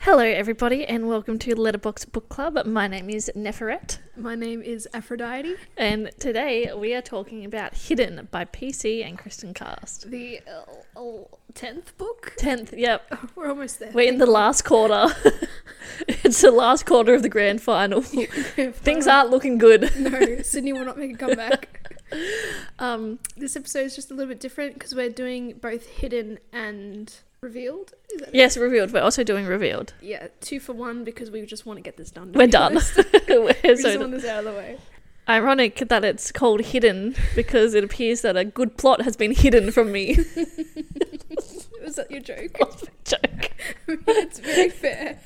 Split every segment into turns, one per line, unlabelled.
Hello, everybody, and welcome to Letterbox Book Club. My name is Neferet,
My name is Aphrodite.
and today we are talking about Hidden by PC and Kristen Cast.
The tenth book.
Tenth, yep,
We're almost there.
we're in the last quarter. it's the last quarter of the grand final. Things aren't looking good.
no, Sydney will not make a comeback.
Um,
this episode is just a little bit different because we're doing both hidden and revealed. Is that
yes, revealed. We're also doing revealed.
yeah, two for one because we just want to get this done. to
We're
be
done.
honest.
We're
we
so
just want this out of the way.
Ironic that it's called hidden because it appears that a good plot has been hidden from me.
Was that your joke?
Joke.
it's very fair.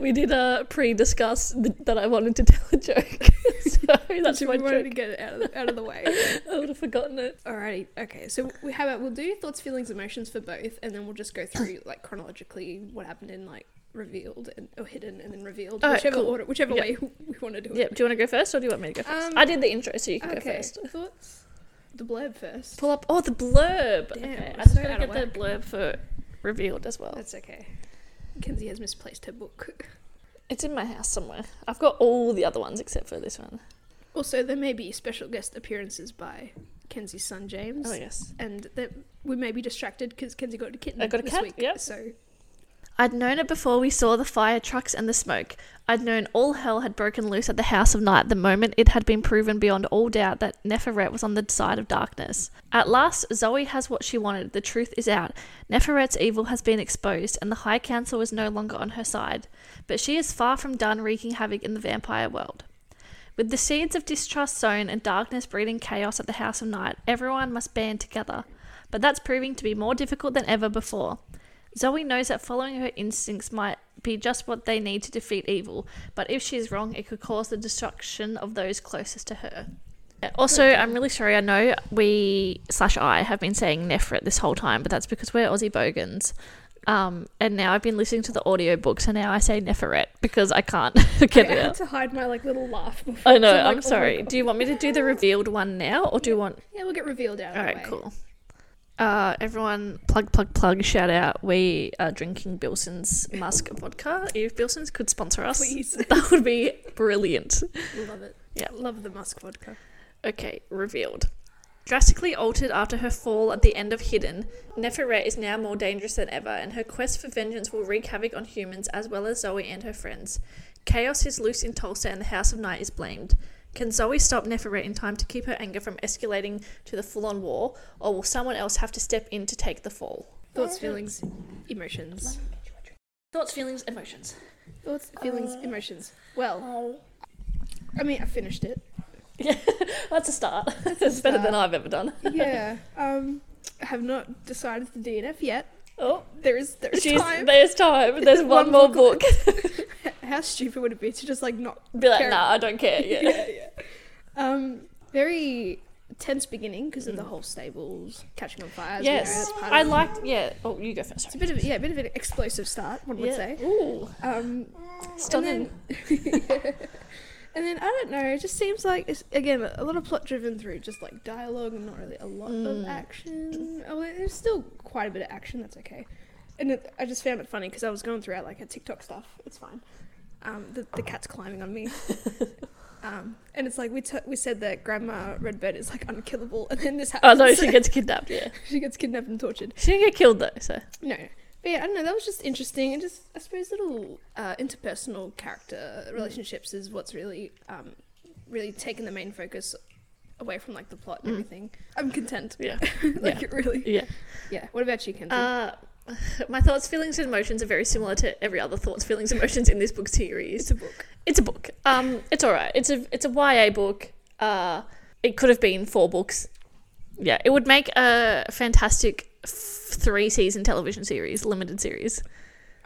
We did uh, pre-discuss th- that I wanted to tell a joke, so that's
we
my
wanted to
joke.
get it out of the, out of the way.
I would have forgotten it.
Alrighty, okay. So we have it. We'll do thoughts, feelings, emotions for both, and then we'll just go through like chronologically what happened in like revealed and or hidden and then revealed,
Alright,
whichever
Uh, cool.
order, whichever
Yeah.
way we want to do it.
Yep. Do you want to go first, or do you want me to go first?
Um,
I did the intro, so you can
okay.
go first.
Thoughts. The blurb first.
Pull up. Oh, the blurb.
Damn,
okay.
we're
I just
so
gotta
out of
get the blurb for revealed as well.
That's okay. Kenzie has misplaced her book.
It's in my house somewhere. I've got all the other ones except for this one.
Also, there may be special guest appearances by Kenzie's son James,
Oh yes.
and that we may be distracted because Kenzie got a kitten
I got a
this
cat,
week.
yep.
So
I'd known it before we saw the fire trucks and the smoke. I'd known all hell had broken loose at the House of Night the moment it had been proven beyond all doubt that Neferet was on the side of darkness. At last, Zoe has what she wanted. The truth is out. Neferet's evil has been exposed, and the High Council is no longer on her side. But she is far from done wreaking havoc in the vampire world. With the seeds of distrust sown and darkness breeding chaos at the House of Night, everyone must band together. But that's proving to be more difficult than ever before. Zoe knows that following her instincts might be just what they need to defeat evil, but if she's wrong, it could cause the destruction of those closest to her. Also, I'm really sorry. I know we slash I have been saying Nefret this whole time, but that's because we're Aussie bogans. Um, and now I've been listening to the audiobooks, and now I say Neferet because I can't get
I
it out.
had to hide my like little laugh. Before,
Oh no,
so like,
I'm
oh my
sorry.
God.
do you want me to do the revealed one now, or do you want?
Yeah, we'll get revealed out.
All
of the
right,
way.
cool. Uh, everyone, plug, plug, plug! Shout out! We are drinking Bilson's Musk vodka. If Bilson's could sponsor us,
Please.
that would be brilliant.
Love it.
Yeah.
Love the musk vodka.
Okay, revealed. Drastically altered after her fall at the end of Hidden, Neferet is now more dangerous than ever, and her quest for vengeance will wreak havoc on humans as well as Zoe and her friends. Chaos is loose in Tulsa, and the House of Night is blamed. Can Zoe stop Neferet in time to keep her anger from escalating to the full on war, or will someone else have to step in to take the fall?
Thoughts, feelings, emotions.
Thoughts, feelings, emotions.
Thoughts, feelings, emotions.
Oh.
Well, I mean, I finished it.
Yeah, that's a start. it's better than I've ever done.
Yeah. Um, I have not decided the DNF yet.
Oh,
There is there is
jeez,
time.
there's time. There's one, more book.
How stupid would it be to just like not?
Be like,
care-
nah, I don't care. Yeah.
yeah, yeah. Um, very tense beginning because of the whole stables catching on fire. as we know,
Mm. Yes,
that's part
I
of-
liked. Yeah. Oh, you go first.
It's a bit of a- yeah, a bit of an explosive start, one would say.
Ooh,
Um,
stunning.
And then I don't know. It just seems like it's, again a lot of plot driven through just like dialogue and not really a lot
Mm.
of action. Oh, well, there's still quite a bit of action. That's okay. And it, I just found it funny because I was going throughout like a TikTok stuff. It's fine. Um, the, the cat's climbing on me. um, and it's like we t- we said that Grandma Redbird is like unkillable, and then this
oh
happens.
no, she gets kidnapped. Yeah,
she gets kidnapped and tortured.
she didn't get killed though. So
No. But yeah, I don't know. That was just interesting, and just I suppose little uh, interpersonal character relationships is what's really, um, really taken the main focus away from like the plot and everything. I'm content.
Mm. yeah,
like it really.
yeah.
Yeah. What about you, Kenzie?
Uh, my thoughts, feelings, and emotions are very similar to every other thoughts, feelings, emotions in this book series.
it's a book.
It's a book. Um, it's all right. It's a it's a YA book. Uh, it could have been four books. Yeah, it would make a fantastic f- three season television series, limited series.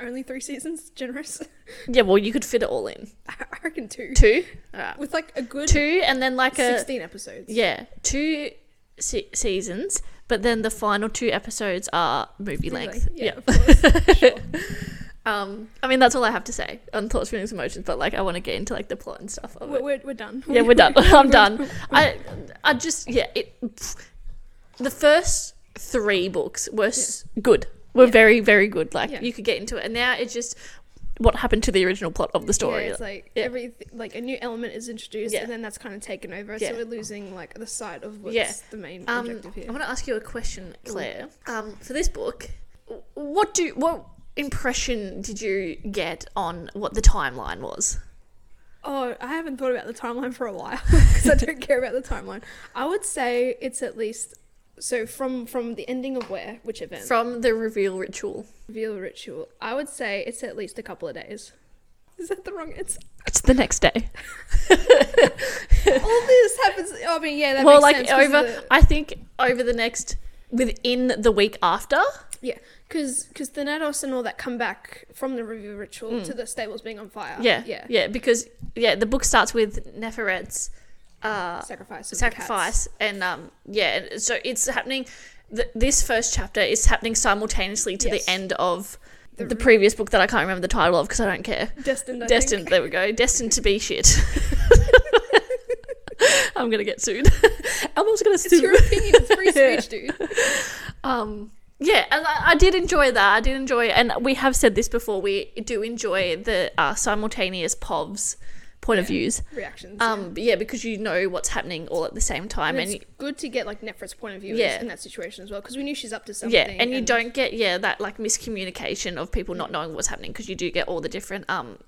Only three seasons. Generous.
Yeah, well, you could fit it all in.
I reckon two.
Two. All right.
With like a good
Two, and then like a
sixteen episodes.
Yeah, two se- seasons, but then the final two episodes are movie
Really.
length.
Yeah.
Yeah.
Of course. sure.
Um, I mean, that's all I have to say on thoughts, feelings, emotions. But like, I want to get into like the plot and stuff. Of
we're,
it.
we're, we're done.
Yeah, we're done. I'm done. I, I just yeah. It, pff. the first three books were s good. Were
Yeah.
very very good. Like
Yeah.
you could get into it, and now it's just what happened to the original plot of the story.
Yeah, it's like
Yeah.
every like a new element is introduced,
Yeah.
and then that's kind of taken over.
Yeah.
So we're losing like the sight of what's
Yeah.
the main
um,
objective
I
here.
want to ask you a question, Claire. Um, for this book, w- what do what impression did you get on what the timeline was?
Oh, I haven't thought about the timeline for a while because I don't care about the timeline. I would say it's at least so from from the ending of where which event
From the reveal ritual.
reveal ritual. I would say it's at least a couple of days. Is that the wrong answer?
It's the next day.
All this happens. I mean, yeah, that
well,
makes
like
sense 'cause of
over,
the,
I think over the next within the week after.
yeah, because because the Nados and all that come back from the reveal ritual to the stables being on fire.
Yeah,
yeah,
yeah. Because yeah, the book starts with Neferet's uh,
Sacrifice. of the cats.
sacrifice, and um, yeah. and So it's happening. Th- this first chapter is happening simultaneously to
Yes.
the end of
The
the previous book that I can't remember the title of because I don't care.
Destined. I
Destined.
Think.
There we go. Destined to be shit. I'm gonna get sued. Elmo's gonna
It's
sue.
your opinion. It's free
Yeah.
speech, dude.
Um, yeah, and I, I did enjoy that. I did enjoy, and we have said this before. We do enjoy the uh, simultaneous povs point of
Yeah.
views.
Reactions. yeah.
Um, but yeah, because you know what's happening all at the same time,
And
and,
it's good to get like Nefert's point of view
Yeah.
in that situation as well, because we knew she's up to
you-
something.
yeah, and you don't get yeah that like miscommunication of people not knowing what's happening because you do get all the different um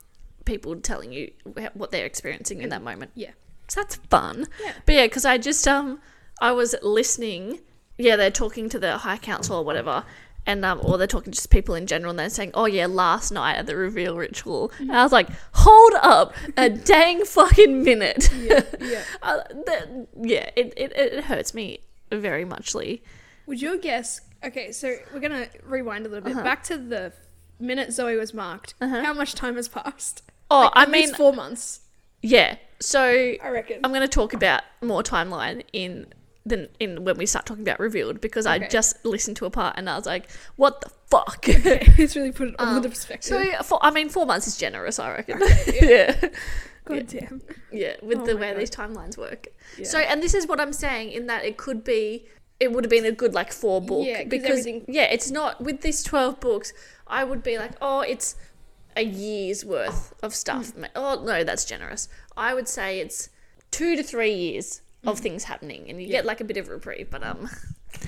people telling you wh- what they're experiencing in that moment.
Yeah,
So that's fun.
Yeah.
But yeah, because I just um I was listening. Yeah, they're talking to the High Council or whatever, and um or they're talking to just people in general, and they're saying, "Oh yeah, last night at the reveal ritual," and I was like, "Hold up, a dang fucking minute."
yeah, yeah.
uh, that, yeah, it, it it hurts me very muchly.
Would your guess? Okay, so we're gonna rewind a little
Uh-huh.
bit back to the minute Zoe was marked. How much time has passed?
Oh, I
At least
mean, um,
four months,
yeah. So
I reckon.
I'm going to talk about more timeline in than in when we start talking about revealed because I
Okay.
just listened to a part and I was like, "What the fuck."
it's really put it all into perspective.
um, So, for, I mean, four months is generous, I reckon. yeah.
God damn.
Yeah, with
Oh
the
my
way
God.
these timelines work.
Yeah.
So, and this is what I'm saying in that it could be, it would have been a good like four book.
Yeah, 'cause
because,
everything-
yeah, it's not, with these 12 books, I would be like, oh, it's a year's worth of stuff.
Mm.
Ma- Oh, no, that's generous. I would say it's two to three years
Mm.
of things happening and you get like a bit of reprieve, but um,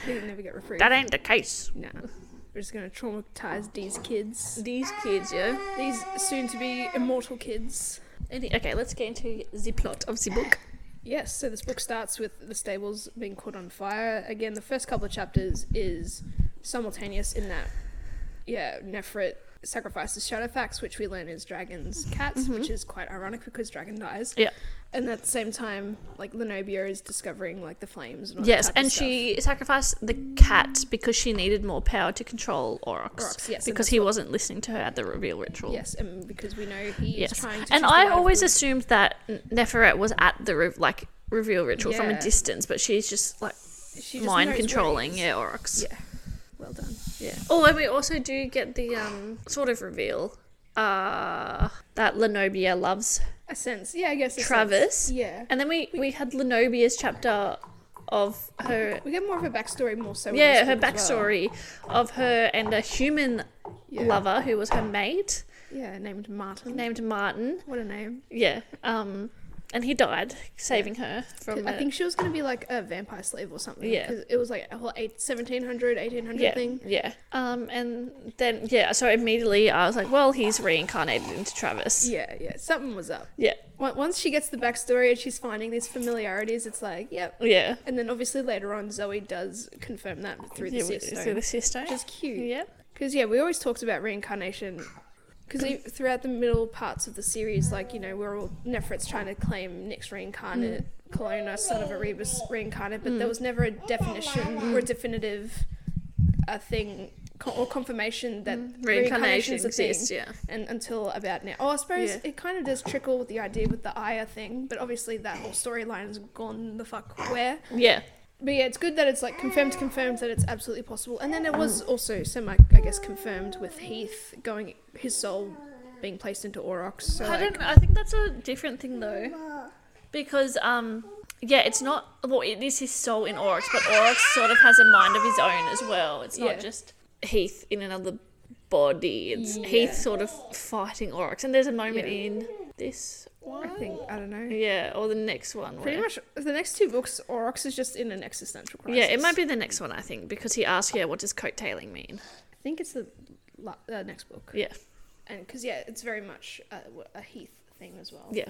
They would never get reprieved.
that ain't the case.
Nah. We're just gonna traumatize these kids.
These kids, yeah.
These soon to be immortal kids.
Any- Okay, let's get into the plot of the book.
Yes, so this book starts with the stables being caught on fire. Again, the first couple of chapters is simultaneous in that, yeah, Nefrit sacrifices Shadowfax, which we learn is Dragon's cats, which is quite ironic because Dragon dies.
Mm-hmm. Yeah.
And at the same time, like, Lenobia is discovering, like, the flames and all that
Yes,
type of
and
stuff.
she sacrificed the cat because she needed more power to control Aurochs.
Aurochs, yes, and
because
that's
he wasn't listening to her at the reveal ritual.
Yes, and because we know he is
yes.
trying to. choose
And
the
I
life
always
of-
assumed that N- Neferet was at the re- like reveal ritual from
Yeah.
a distance, but she's just like
she just
mind
knows where he
controlling.
is.
Yeah, Aurochs.
Yeah. Well done.
yeah. Oh, and we also do get the um sort of reveal uh that Lenobia loves
A sense. Yeah, I guess. a sense.
Travis.
Yeah.
And then we we had Lenobia's chapter of her
We get more of a backstory, more so. in
Yeah,
this
her
book as well.
backstory of her and a human
Yeah.
lover who was her mate
Yeah, named Martin.
named Martin.
What a name.
Yeah. Um and he died saving her from
I
a-
think she was going to be like a vampire slave or something.
Yeah.
'cause it was like a whole eight, 1700, 1800
yeah,
thing.
yeah. Um, and then yeah, so immediately I was like, well, he's reincarnated into Travis. Yeah,
Yeah, yeah. Something was up.
yeah,
On- Once she gets the backstory and she's finding these familiarities, it's like, yep.
yeah.
And then obviously later on, Zoe does confirm that through the
Yeah, with-
system.
through the sister.
Which is cute.
Yeah,
Because, yeah, we always talked about reincarnation. Because throughout the middle parts of the series, like, you know, we're all Nefert's trying to claim Nyx reincarnate,
Mm.
Kelowna, son of Erebus reincarnate, but there was never a definition or a definitive uh, thing co- or confirmation that
Mm. reincarnation
reincarnation is a thing.
exists. Yeah,
And until about now. Oh, I suppose
Yeah.
it kind of does trickle with the idea with the Aya thing, but obviously that whole storyline has gone the fuck where.
yeah,
But yeah, it's good that it's like confirmed, confirmed that it's absolutely possible. And then it was
Mm.
also semi, I guess, confirmed with Heath going, his soul being placed into Aurochs. So
I
like,
don't. I think that's a different thing though, because um, yeah, it's not. Well, it is his soul in Oryx, but Oryx sort of has a mind of his own as well. It's not
Yeah.
just Heath in another body. It's
Mm, Yeah.
Heath sort of fighting Oryx, and there's a moment
Yeah.
in this
I
one,
think I don't know.
yeah, or the next one.
Pretty
where-
much the next two books, Orox is just in an existential crisis.
Yeah, it might be the next one I think because he asks, yeah, what does coattailing mean?
I think it's the la- uh, next book.
Yeah,
And because yeah, it's very much a, a Heath thing as well.
yeah,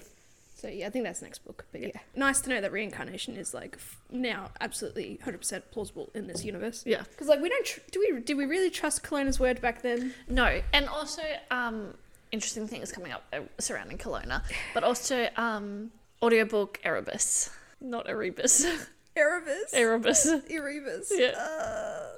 So yeah, I think that's next book. But
Yeah.
yeah, nice to know that reincarnation is like f- now absolutely hundred percent plausible in this universe.
yeah.
Because like we don't tr- do we did we really trust Kelowna's word back then?
No, and also um, interesting things coming up uh, surrounding Kelowna, but also um, audiobook Erebus, not Erebus,
Erebus.
Erebus.
Erebus.
Yeah.
Uh,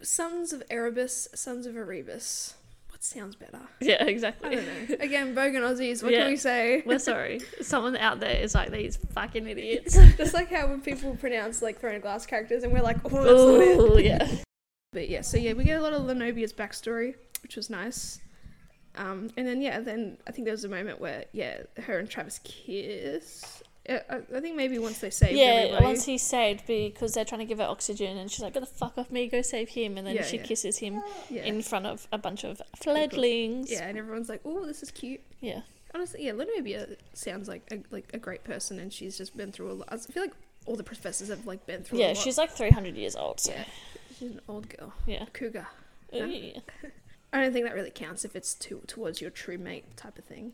sons of Erebus. Sons of Erebus. What sounds better?
Yeah,
I
exactly.
don't know. Again, Bogan Aussies. What
Yeah.
can we say?
We're sorry. Someone out there is like these fucking idiots.
Just like how when people pronounce like Throne of Glass characters, and we're like, oh, that's not it.
Oh yeah.
But yeah, so yeah, we get a lot of Lenobia's backstory, which was nice. Um, and then yeah, then I think there was a moment where yeah, her and Travis kiss. Uh, I, I think maybe once they saved
yeah,
everybody.
once he's saved because they're trying to give her oxygen, and she's like, "Get the fuck off me, go save him," and then
Yeah,
she
yeah.
kisses him
yeah.
in front of a bunch of fledglings.
yeah, and everyone's like, oh, this is cute.
yeah,
Honestly, yeah, Lenobia sounds like a, like a great person, and she's just been through a lot. I feel like all the professors have like been through. a
yeah.
lot.
She's like three hundred years old. So
yeah, she's an old girl,
yeah,
a cougar.
yeah.
Yeah. I don't think that really counts if it's to, towards your true mate type of thing.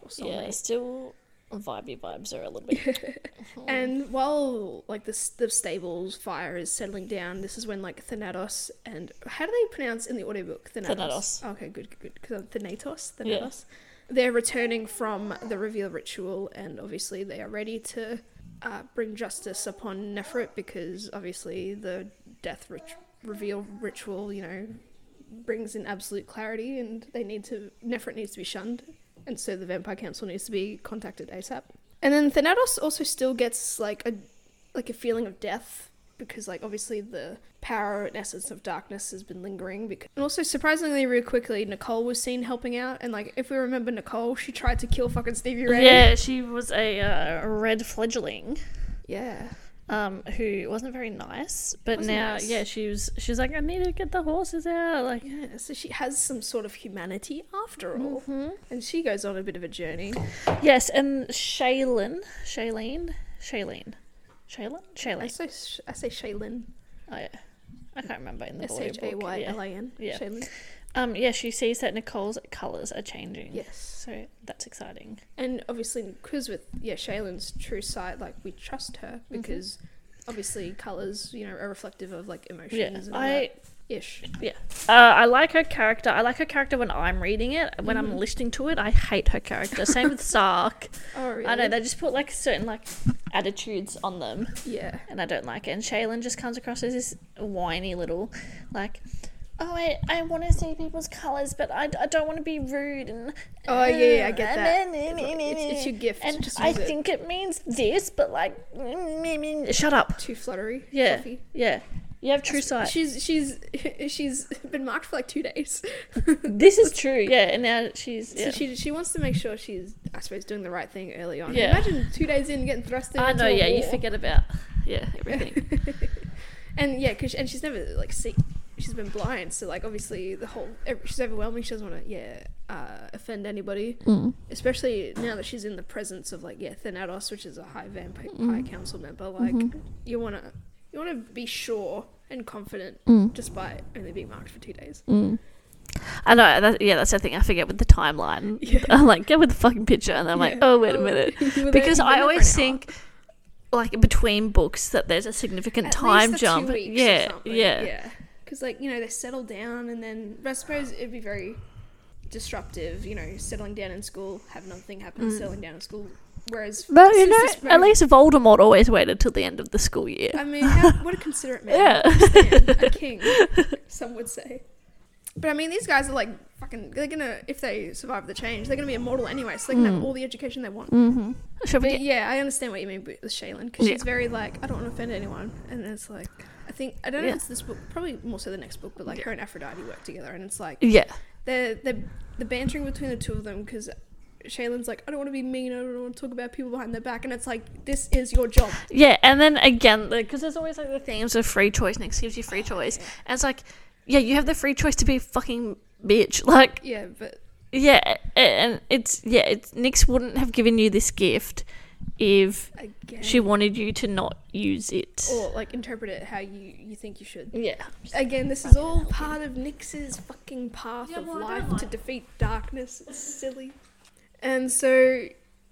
Or soulmate.
Yeah, still vibey vibes are a little bit.
And while like the s- the stables fire is settling down, this is when like Thanatos and how do they pronounce in the audiobook Thanatos?
Thanatos.
Okay, good, good, good. 'Cause I'm Thanatos,
Yeah.
Thanatos. They're returning from the reveal ritual, and obviously they are ready to uh, bring justice upon Nefert because obviously the death rit- reveal ritual, you know, brings in absolute clarity, and they need to Nefert needs to be shunned, and so the Vampire Council needs to be contacted ASAP. And then Thanatos also still gets like a like a feeling of death because like obviously the power and essence of darkness has been lingering because and also surprisingly really quickly Nicole was seen helping out and like if we remember Nicole she tried to kill fucking Stevie Ray
Yeah, she was a uh, red fledgling
yeah
um, who wasn't very nice, but
Wasn't
now
nice.
yeah, she was. She's like, I need to get the horses out. Like,
yeah so she has some sort of humanity after all
Mm-hmm.
and she goes on a bit of a journey
Yes, and Shaylin, Shailene, Shailene, Shaylin,
I
Shaylene.
say I say Shaylin
Oh yeah, I can't remember in the
S
audiobook.
H A Y L
Yeah.
I N
Yeah.
Shaylin
Um, yeah, she sees that Nicole's colours are changing.
yes
So that's exciting.
and obviously because with yeah Shaylin's true sight like we trust her
Mm-hmm.
because obviously colors you know are reflective of like emotions
Yeah,
and all
I
that ish
yeah, uh, I like her character. I like her character when I'm reading it. When
Mm-hmm.
I'm listening to it, I hate her character. Same with Sark.
Oh, really?
I know they just put like certain like attitudes on them.
Yeah.
and I don't like it. And Shaylin just comes across as this whiny little, like, oh, I, I want to see people's colours, but I, I don't want to be rude. And
Oh, yeah, yeah, I get that.
It's,
It's- it's your gift,
And
just
I
use it."
think it means this, but like, shut up.
Too fluttery.
Yeah,
fluffy.
yeah. You have true sight.
She's she's she's been marked for like two days,
This is true. Yeah, and now she's. Yeah.
so she she wants to make sure she's I suppose doing the right thing early on.
Yeah.
Imagine two days in getting thrust in.
I know. Yeah, you
forget.
forget about. Yeah, everything.
And yeah, cause and she's never like see. She's been blind, so like obviously the whole ev- she's overwhelming. She doesn't want to yeah uh, offend anybody, especially now that she's in the presence of like yeah Thanatos, which is a high vampire
Mm-hmm.
high council member. Like you wanna you wanna be sure and confident
Mm.
despite only being marked for two days.
I know. That, yeah, that's the thing. I forget with the timeline. I'm like, get with the fucking picture, and I'm like,
Yeah.
oh, wait a
Oh,
minute.
you were there-
because
you were
I
there for
always
an hour.
think like between books that there's a significant
At least
time
the two
jump.
weeks or
yeah,
something,
yeah,
yeah. Because like you know they settle down, and then but I suppose it'd be very disruptive. You know, settling down in school, have another thing happen, settling down in school. Whereas,
Mm. But you
since
know,
this
at
moment-
least Voldemort always waited till the end of the school year.
I mean, how, what a considerate man.
Yeah.
I understand. a king, some would say. But I mean, these guys are like fucking. They're gonna if they survive the change, they're gonna be immortal anyway. So they're
Mm.
gonna have all the education they want.
mm-hmm. Shall we
But
get?
yeah, I understand what you mean with Shaylin because
Yeah.
she's very like I don't want to offend anyone, and it's like I think I don't know
Yeah.
if it's this book, probably more so the next book, but like her and Aphrodite work together, and it's like
Yeah,
the the the bantering between the two of them because Shaylin's like I don't want to be mean, I don't want to talk about people behind their back, and it's like this is your job.
yeah, and then again, because there's always
Ah,
like the themes of free choice. Next gives you free choice, and it's like, yeah, you have the free choice to be fucking bitch. Like,
Yeah, but
yeah, and it's yeah, it's Nyx wouldn't have given you this gift if
again,
she wanted you to not use it.
or like interpret it how you you think you should.
Yeah.
Again, this is all part of Nyx's fucking path
Yeah,
of
well, I
life
don't
to
like-
defeat darkness. It's silly. And so,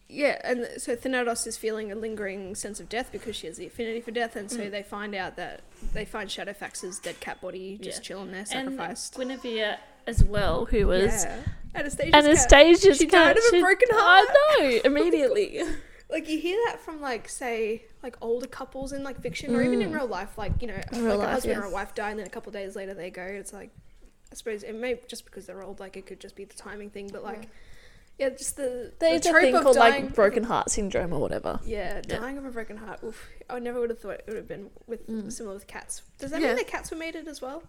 yeah, and so Thanatos is feeling a lingering sense of death because she has the affinity for death, and so
Mm.
they find out that they find Shadowfax's dead cat body just
Yeah.
chilling there,
And
sacrificed.
Guinevere as well, who was
yeah. Anastasia's cat.
Anastasia's
She died
cat,
of a
she-
broken
I know, immediately.
Like you hear that from like say like older couples in like fiction or even in real life, like you know,
Mm. Real
like
life,
a husband or a
yes.
wife die and then a couple days later they go. It's like I suppose it may just because they're old, like it could just be the timing thing, but like yeah, just the
There's
the
a thing
trope of
called
dying-
like broken heart syndrome or whatever.
Yeah,
Yeah.
dying of a broken heart. Oof, I never would have thought it would have been with similar with cats. Does that
Mm. Yeah.
mean that cats were mated as well?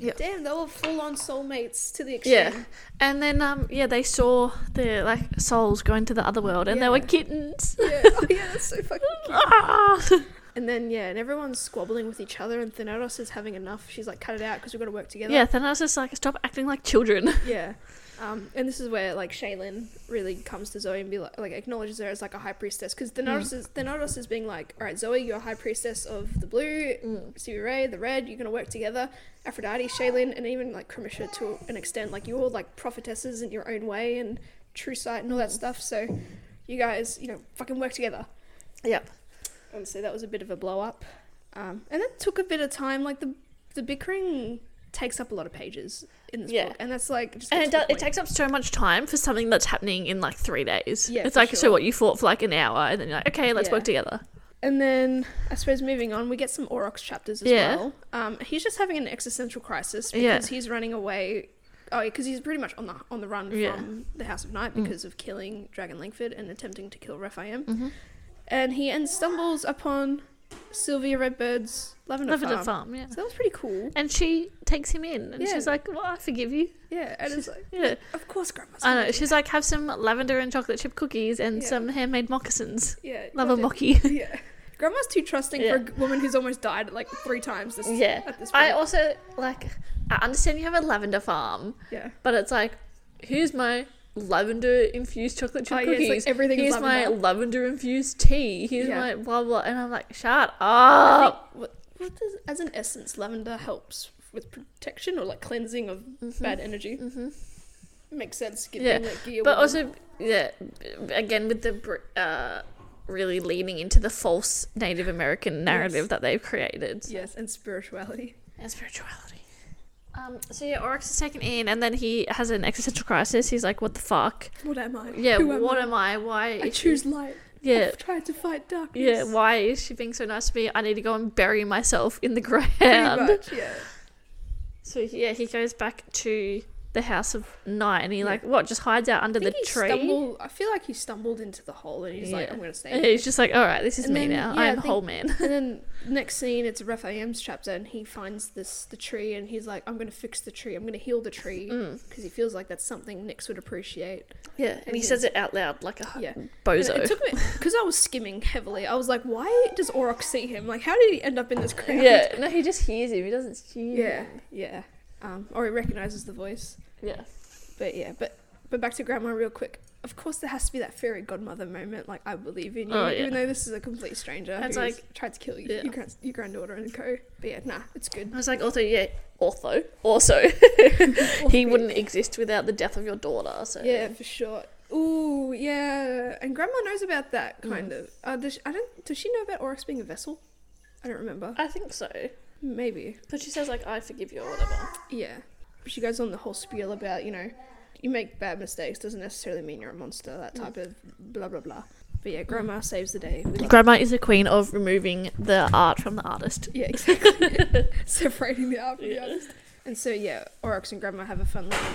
Yeah.
Damn, they were full on soulmates to the extreme.
Yeah, and then um yeah they saw the like souls going to the other world and they were
Yeah.
kittens.
yeah. Oh, yeah, that's so fucking cute.
Ah!
And then yeah, and everyone's squabbling with each other, and Thanatos is having enough. She's like, "Cut it out, because we've got to work together."
yeah, then I was just like, stop acting like children.
yeah. Um, and this is where like Shaylin really comes to Zoe and be like, like acknowledges her as like a high priestess, because Thanatos is Thanatos is being like, "All right, Zoe, you're a high priestess of the blue, mm. Ray, the red. You're gonna work together. Aphrodite, Shaylin, and even like Chromatia to an extent. Like you're all like prophetesses in your own way, and true sight and all that stuff. So, you guys, you know, fucking work together."
Yep.
And so that was a bit of a blow up. Um, and that took a bit of time. Like the the bickering takes up a lot of pages in this
Yeah.
book, and that's like just
And it,
gets
does,
to the
it takes up so much time for something that's happening in like three days.
Yeah,
it's
for
like so
sure.
what you fought for like an hour, and then you're like, okay, let's
Yeah.
work together.
point. And then I suppose moving on, we get some Aurochs chapters as
Yeah.
well. Um, he's just having an existential crisis
Yeah.
because he's running away. Oh, because he's pretty much on the on the run
Yeah. Mm.
from the House of Night because of killing Dragon Langford and attempting to kill Rephaim. And he and stumbles upon Sylvia Redbird's Lavender,
Live at
Farm.
a farm, yeah.
So that was pretty cool.
And she takes him in, and
Yeah.
she's like, "Well, I forgive you."
Yeah, and it's like,
Yeah,
of course, Grandma's.
I
gonna
know.
do
She's like, "Have some lavender and chocolate chip cookies and
Yeah.
some handmade moccasins."
Yeah.
Love a
goddamn-
mocky.
Yeah. Grandma's too trusting
Yeah.
for a g- woman who's almost died like three times this
Yeah.
at this point.
I also like. I understand you have a lavender farm,
yeah.
but it's like, here's my lavender infused chocolate chip
Oh, yeah, it's
cookies.
like everything is
Here's my
lavender.
lavender infused tea. Here's
Yeah.
my blah blah. And I'm like, shut
I
up.
think what, what does as an essence lavender helps with protection or like cleansing of bad energy. Mm-hmm. Makes sense. Get
Mm. Yeah,
them, like, gear
but
woman.
also yeah again with the br- uh really leaning into the false native american narrative that they've created
yes, and spirituality.
and spirituality um so yeah oryx is taken in and then he has an existential crisis he's like what the fuck
What am I?
yeah
Who am
what
I?
am i why
I
is she-
choose light.
yeah
I've tried to fight darkness.
yeah why is she being so nice to me i need to go and bury myself in the
Pretty
ground
much, yeah.
so yeah he goes back to the house of night and he like what just hides out under
I think
the
he
tree
stumbled. I feel like he stumbled into the hole, and he's like,
Yeah.
"I'm gonna stay."
And
here."
he's just like all right this is
And
me
then,
now
yeah, I
i'm
think-
whole man
And then next scene, it's Raphael's chapter, and he finds this the tree, and he's like, "I'm gonna fix the tree. I'm gonna heal the tree,"
Mm.
because he feels like that's something Nyx would appreciate.
Yeah, and he
his-
says it out loud like a ho-
Yeah, And
bozo.
it took me because I was skimming heavily. I was like, "Why does Auroch see him? Like, how did he end up in this crowd?"
yeah, no, he just hears him. He doesn't see.
yeah, yeah. Um, or he recognizes the voice.
yeah.
But yeah, but but back to Grandma real quick. Of course, there has to be that fairy godmother moment, like I believe in you,
Oh, yeah.
even though this is a complete stranger
That's
who's
like-
tried to kill you,
yeah.
your, grand, your granddaughter and co. But yeah, nah, it's good.
I was like, also, yeah, also, also, he wouldn't exist without the death of your daughter. So
Yeah, for sure. Ooh, yeah. And Grandma knows about that kind of. Uh, does she, I don't. Does she know about Oryx being a vessel? I don't remember.
I think so.
Maybe.
But she says like, I forgive you or whatever.
Yeah. But she goes on the whole spiel about you know, you make bad mistakes doesn't necessarily mean you're a monster. That type
Mm.
of blah blah blah. But yeah, Grandma saves the day. with
Grandma is the queen of removing the art from the artist.
Yeah, exactly. Separating the art from the artist. And so yeah, Oryx and Grandma have a fun little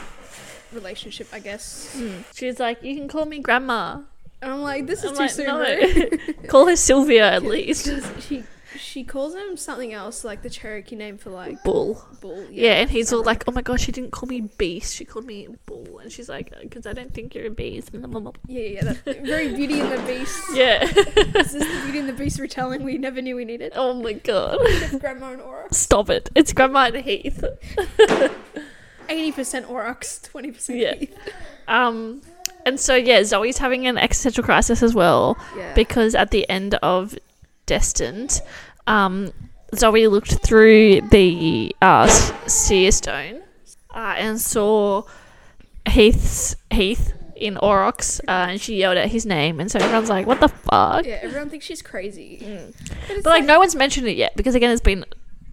relationship, I guess.
Mm. She's like, you can call me Grandma.
And I'm like, Hmm. this is
I'm
too
like,
soon.
"No."
right?
call her Sylvia at least.
she she calls him something else, like the Cherokee name for like
Bull.
bull.
Yeah, and he's all like, "Oh my gosh, she didn't call me beast. She called me bull." And she's like, "Because I don't think you're a beast."
yeah, yeah. yeah, That, very Beauty and the Beast.
Yeah.
Is this the Beauty and the Beast retelling we never knew we needed?
oh my god.
Grandma and Aura.
Stop it. It's Grandma and Heath.
eighty percent Aurochs, twenty percent
Yeah. Um, and so yeah, Zoe's having an existential crisis as well
Yeah.
because at the end of Destined, um, Zoe looked through the uh, s- seer stone uh, and saw Heath's Heath in Aurochs, uh, and she yelled at his name, and so everyone's like, "What the fuck?" Mm.
yeah, everyone thinks she's crazy. it's
But like, no one's mentioned it yet because again, it's been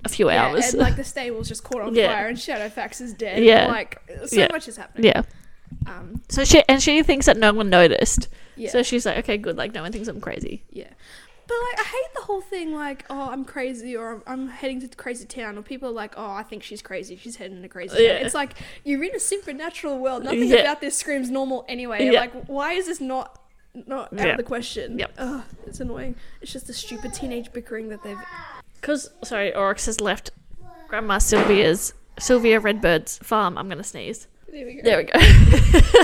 a few
yeah,
hours.
and like the stable's just caught on
Yeah.
fire and Shadowfax is dead.
Yeah.
Like so
Yeah.
much is happening.
yeah.
Um
So she and she thinks that no one noticed.
yeah.
So she's like, okay, good. Like no one thinks I'm crazy.
yeah. But like I hate the whole thing like, oh I'm crazy or I'm, I'm heading to crazy town or people are like, Oh, I think she's crazy, she's heading to crazy
Yeah.
town. It's like you're in a supernatural world. Nothing
Yeah.
about this screams normal anyway.
Yeah.
Like why is this not not out
Yeah.
of the question?
Yep.
Ugh, it's annoying. It's just the stupid teenage bickering that they've
Because sorry, Oryx has left Grandma Sylvia's Sylvia Redbird's farm. I'm gonna sneeze.
there we go.
There we go.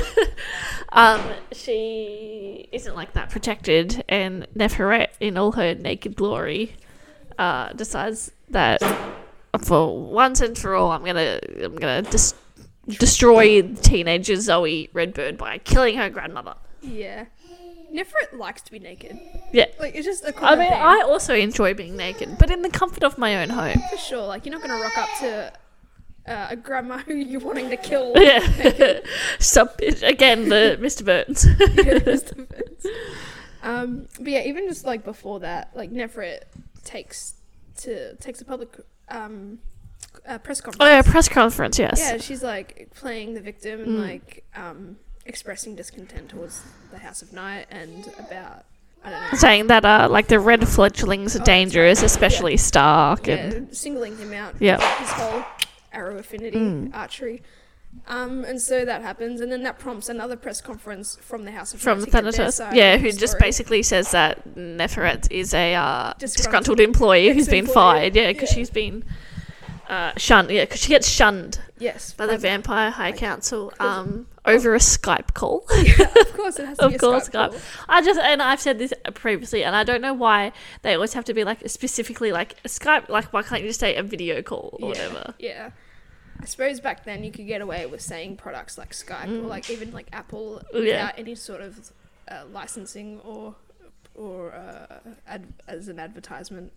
um, she isn't like that protected, and Neferet, in all her naked glory, uh, decides that for once and for all, I'm gonna I'm gonna dis- destroy teenager Zoe Redbird by killing her grandmother.
Yeah. Nefert likes to be naked.
Yeah.
Like it's just a common
I mean,
thing.
I also enjoy being naked, but in the comfort of my own home.
for sure. Like you're not gonna rock up to uh, a grandma who you're wanting to kill.
Yeah. Sub again, the Mr. Burns.
um, but yeah, even just like before that, like Nefert takes to takes a public um, uh, press
oh
conference.
yeah, press conference. Yes.
Yeah, she's like playing the victim and
Mm.
like um, expressing discontent towards the House of Night and about I don't know.
saying that uh, like the red fledglings are
Oh,
dangerous, especially Stark.
yeah,
And
singling him out.
Yeah. Mm.
His whole arrow affinity, archery. Um, and so that happens, and then that prompts another press conference from the House of
from
Knights to get their
Thanatos,
side
yeah,
of
who
the
just
story.
basically says that Neferet is a uh, disgruntled,
Disgruntled
employee who's been
ex-employee,
fired, yeah, because
yeah.
she's been uh, shunned, yeah, because she gets shunned
yes,
by
but
the Vampire High Council um, over a Skype call.
of course it has to
of
be a
course,
Skype
Skype.
call.
I just and I've said this previously, and I don't know why they always have to be like specifically like Skype. Like, why can't you just say a video call or
yeah,
whatever?
Yeah, I suppose back then you could get away with saying products like Skype or like even like Apple
Mm. Yeah.
without any sort of uh, licensing or or uh, ad- as an advertisement.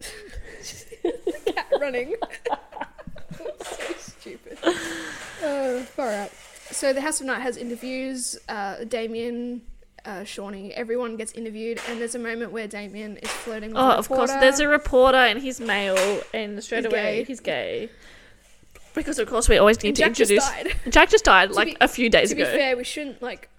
Cat running. so stupid. Uh, far out. So the House of Night has interviews. Uh, Damien. Uh, Shawnee, everyone gets interviewed, and there's a moment where Damien is flirting with a
Oh, of course.
reporter.
There's a reporter and he's male, and straight
He's
away
gay.
he's gay. Because of course we always need
And
to
Jack just
introduce.
died.
Jack just died like
be-
a few days
to be
ago.
fair, we shouldn't like.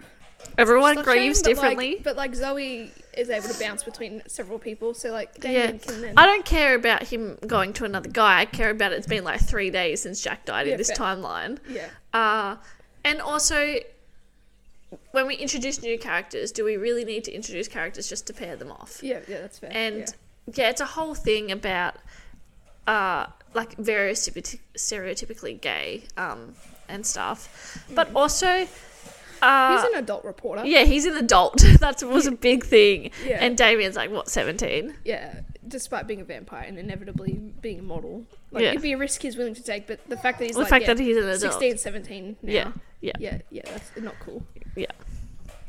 Everyone
slut shame,
grieves
but, like-
differently.
but like Zoe is able to bounce between several people, so like
yeah,
Damien can then.
I don't care about him going to another guy. I care about it's been like three days since Jack died
Yeah,
in this
fair.
timeline.
yeah,
Uh, and also, when we introduce new characters, do we really need to introduce characters just to pair them off?
yeah, yeah. That's fair.
and
yeah.
yeah. it's a whole thing about uh like very stereotyp- stereotypically gay um and stuff but also
Mm.
uh
he's an adult reporter. Yeah.
yeah he's an adult that was a big thing
Yeah.
and damien's like what 17
despite being a vampire and inevitably being a model, like
Yeah.
it'd be a risk he's willing to take. But the fact that he's
the
like
fact
yeah,
that he's an adult
16, 17 now.
yeah yeah
yeah, yeah. That's not cool.
yeah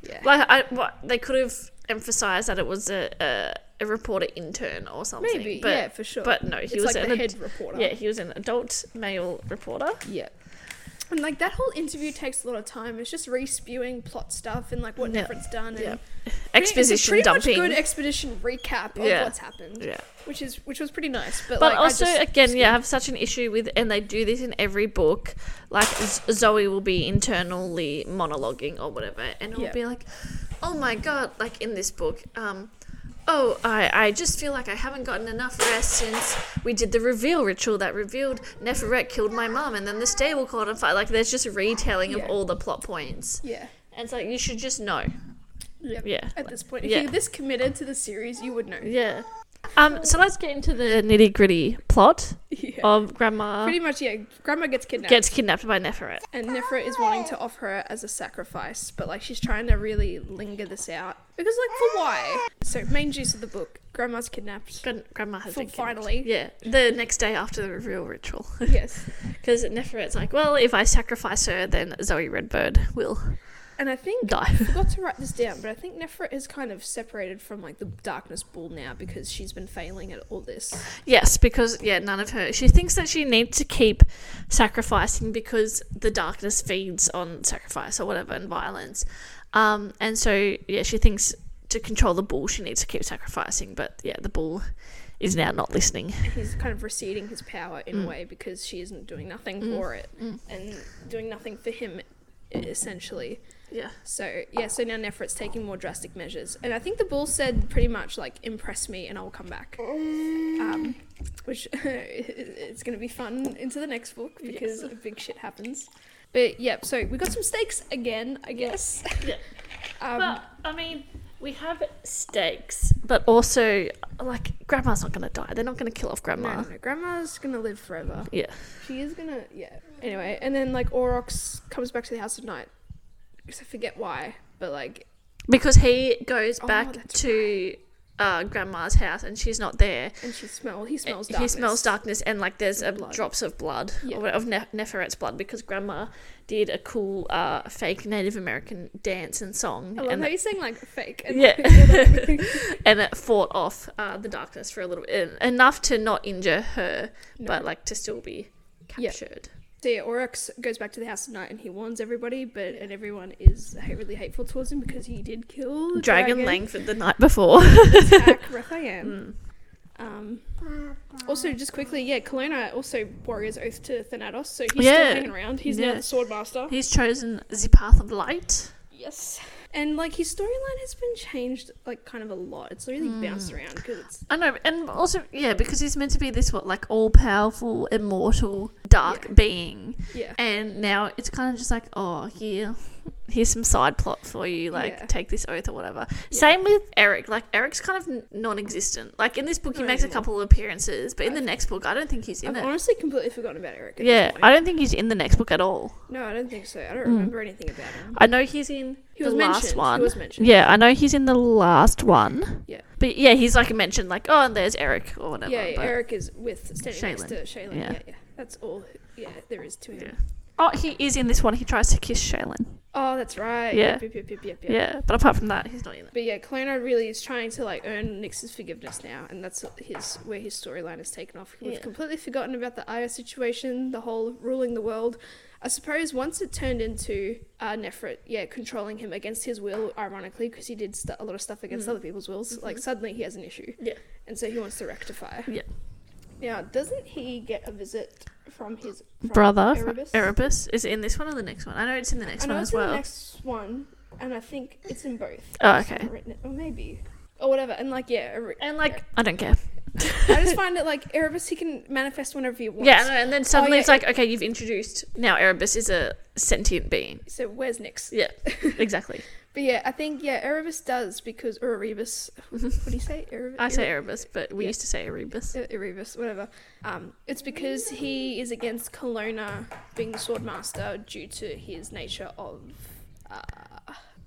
Yeah,
like i what they could have emphasized that it was a, a a reporter intern or something
maybe.
but
yeah, for sure.
but no he
it's
was
like the
an ad-
head reporter.
yeah he was an adult male reporter
Yeah. And like that whole interview takes a lot of time. It's just re-spewing plot stuff and like what
Yeah.
difference done. And
Yeah.
pretty-
exposition
it's a pretty
dumping
Much good expedition recap of
Yeah.
what's happened,
yeah
which is which was pretty nice. But,
But
like, I
also,
just-
again, yeah, I have such an issue with, and they do this in every book. Like Z- Zoe will be internally monologuing or whatever, and it'll
Yeah.
be like, "Oh my god!" Like in this book, um, "Oh, I, I just feel like I haven't gotten enough rest since we did the reveal ritual that revealed Neferet killed my mum, and then the stable caught on fire." Like, there's just a retelling
Yeah.
of all the plot points,
yeah,
and it's like you should just know.
yeah,
Yeah.
At this point, if
Yeah.
you're this committed to the series, you would know.
Yeah. Um, so let's get into the nitty gritty plot
Yeah.
of Grandma
Pretty much, yeah. Grandma gets kidnapped.
gets kidnapped by Neferet.
And Nefra is wanting to offer her as a sacrifice, but like she's trying to really linger this out because like for why? So main juice of the book, grandma's kidnapped.
Gran- Grandma has
For
been kidnapped.
finally.
Yeah, the next day after the reveal ritual.
yes.
Because Neferet's like, well, if I sacrifice her, then Zoe Redbird will
And I think
die.
I forgot to write this down, but I think Nefra is kind of separated from like the darkness bull now because she's been failing at all this.
yes, because, yeah, none of her. She thinks that she needs to keep sacrificing because the darkness feeds on sacrifice or whatever and violence. Um, and so, yeah, she thinks to control the bull, she needs to keep sacrificing. But, yeah, the bull is now not listening.
He's kind of receding his power in a way because she isn't doing nothing for it and doing nothing for him essentially.
Yeah.
So yeah, so now Nefert's taking more drastic measures, and I think the bull said pretty much like impress me and I'll come back, um, which it's going to be fun into the next book because big shit happens. But yeah, so we got some stakes again, I guess.
Yeah.
Um,
But I mean, we have stakes, but also like grandma's not going to die. They're not going to kill off
no,
grandma.
no, no, Grandma's gonna live forever.
Yeah.
She is gonna, yeah. Anyway, and then like Aurochs comes back to the house at night. 'Cause I forget why, but like
Because he goes
Oh,
back
that's
to uh, grandma's house and she's not there.
and she smells. He smells.
Eh, he smells darkness and like there's a
blood.
drops of blood
Yeah.
or of ne- Neferet's blood because grandma did a cool uh, fake Native American dance and song
I love
and
how you saying like fake. And
Yeah.
yeah.
and it fought off uh, the darkness for a little bit en- enough to not injure her but like to still be
Yeah.
captured.
So yeah, Aurochs goes back to the house at night and he warns everybody, but and everyone is hate, really hateful towards him because he did kill the
Dragon,
dragon
Mm. Langford the night before.
attack Rathayan. Um, also, just quickly, yeah, Kelowna also warriors oath to Thanatos, so he's
Yeah.
still hanging around. He's
Yeah.
now the sword master.
He's chosen the path of light.
Yes, and like his storyline has been changed like kind of a lot. It's really
Mm.
bounced around because it's
I know, and also yeah, because he's meant to be this what like all powerful, immortal, dark
Yeah.
being,
yeah.
and now it's kind of just like oh here, here's some side plot for you, like
Yeah.
take this oath or whatever. Same with Eric, like Eric's kind of n- non-existent. Like in this book, he
Not
makes a
anymore.
couple of appearances, but in the next book, I don't think he's in
I've
it.
honestly completely forgotten about Eric. At
Yeah,
this point.
I don't think he's in the next book at all.
no, I don't think so. I don't remember anything about him.
I know he's in
He
the
was
last
mentioned. He
one.
was mentioned.
Yeah, I know he's in the last one.
Yeah.
But yeah, he's like mentioned, like oh, and there's Eric or whatever.
Yeah, yeah,
but-
Eric is with standing
Shaylin.
next to Shaylin.
Yeah.
Yeah. yeah, That's all. Yeah, there is to him.
Yeah. Oh, he is in this one. He tries to kiss Shaylin.
Oh, that's right.
Yeah.
Yep, yep, yep, yep, yep,
Yeah.
yep.
but apart from that, he's not in it.
But yeah, Kelowna really is trying to like earn Nix's forgiveness now, and that's his where his storyline is taken off. We've
Yeah.
completely forgotten about the Aya situation, the whole ruling the world. I suppose once it turned into uh, Nefert, yeah, controlling him against his will, ironically, because he did st- a lot of stuff against other people's wills. Like suddenly he has an issue,
Mm. Mm-hmm. Yeah.
and so he wants to rectify.
Yeah.
Now, doesn't he get a visit from his from
Brother Erebus.
Erebus?
is it in this one or the next one? I know it's in the next
I know
one
it's
as
in the
well.
next one, and I think it's in both.
Oh,
I just
okay.
haven't written it, or maybe, or whatever. And like, yeah, Ere-
And like, I don't care.
I just find it like Erebus he can manifest whenever he wants.
Yeah, I know, and then suddenly
Oh, yeah,
it's like, okay, you've introduced now Erebus is a sentient being.
So where's Nyx?
Yeah, exactly.
But yeah, I think yeah, Erebus does because or Erebus. What do you say? Erebus.
I say Erebus, but we
Yeah.
used to say Erebus.
E- Erebus, whatever. Um, it's because he is against Kelowna being the sword master due to his nature of, uh,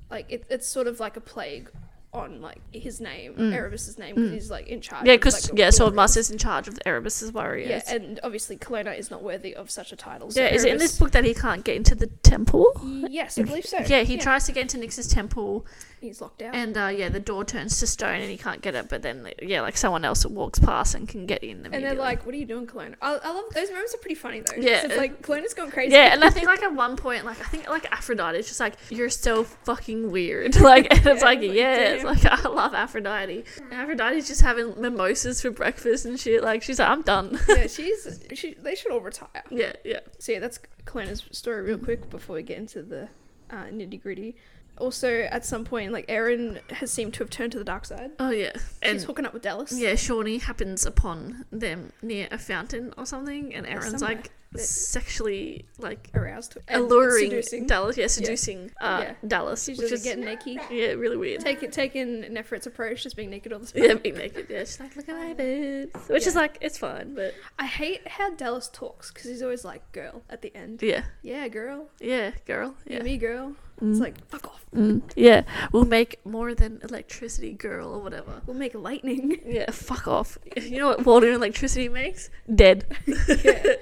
like it, it's sort of like a plague on like his name, Erebus's name, because he's like in charge.
Mm. Yeah,
of,
because
like,
yeah,
warriors.
Swordmaster's in charge of Erebus's warriors.
Yeah, and obviously Kelowna is not worthy of such a title. So
yeah, is it in
Erebus-
this book that he can't get into the temple?
Yes, I believe so.
Yeah, he tries to get into Nyx's temple,
He's locked out.
and uh, yeah, the door turns to stone, and he can't get it. But then, yeah, like someone else walks past and can get in. Immediately.
And they're like, "What are you doing, Kelowna?" I, I love those moments are pretty funny though.
Yeah.
So it's like Kelowna's gone crazy.
Yeah, and I think like at one point, like I think like Aphrodite is just like, you're so fucking weird. Like and it's
Yeah,
like,
it's like,
yeah, it's
damn.
like I love Aphrodite. And Aphrodite's just having mimosas for breakfast and shit. Like she's like, I'm done.
yeah, she's she. They should all retire.
yeah, yeah.
So yeah, that's Kelowna's story real quick before we get into the uh, nitty gritty. also at some point, like Aaron has seemed to have turned to the dark side.
Oh yeah, and
She's hooking up with Dallas.
yeah, Shawnee happens upon them near a fountain or something, and Aaron's
somewhere.
like
It-
sexually like
Aroused. and
alluring
Seducing.
Dallas, yeah, seducing Uh,
Yeah.
Dallas,
She's
which is
just getting naked.
yeah, really weird.
Taking taking Nefert's approach, just being naked all the time.
yeah, being naked. Yeah, she's like, look at my boobs, which is
Yeah.
like it's fine, but
I hate how Dallas talks because he's always like girl at the end.
yeah,
Yeah, girl.
yeah, girl,
Yeah, Mm-hmm.
yeah.
me girl. It's like fuck off.
Mm, yeah, we'll make more than electricity, girl, or whatever.
We'll make lightning.
Yeah, fuck off. You know what water and electricity makes? Dead.
yeah.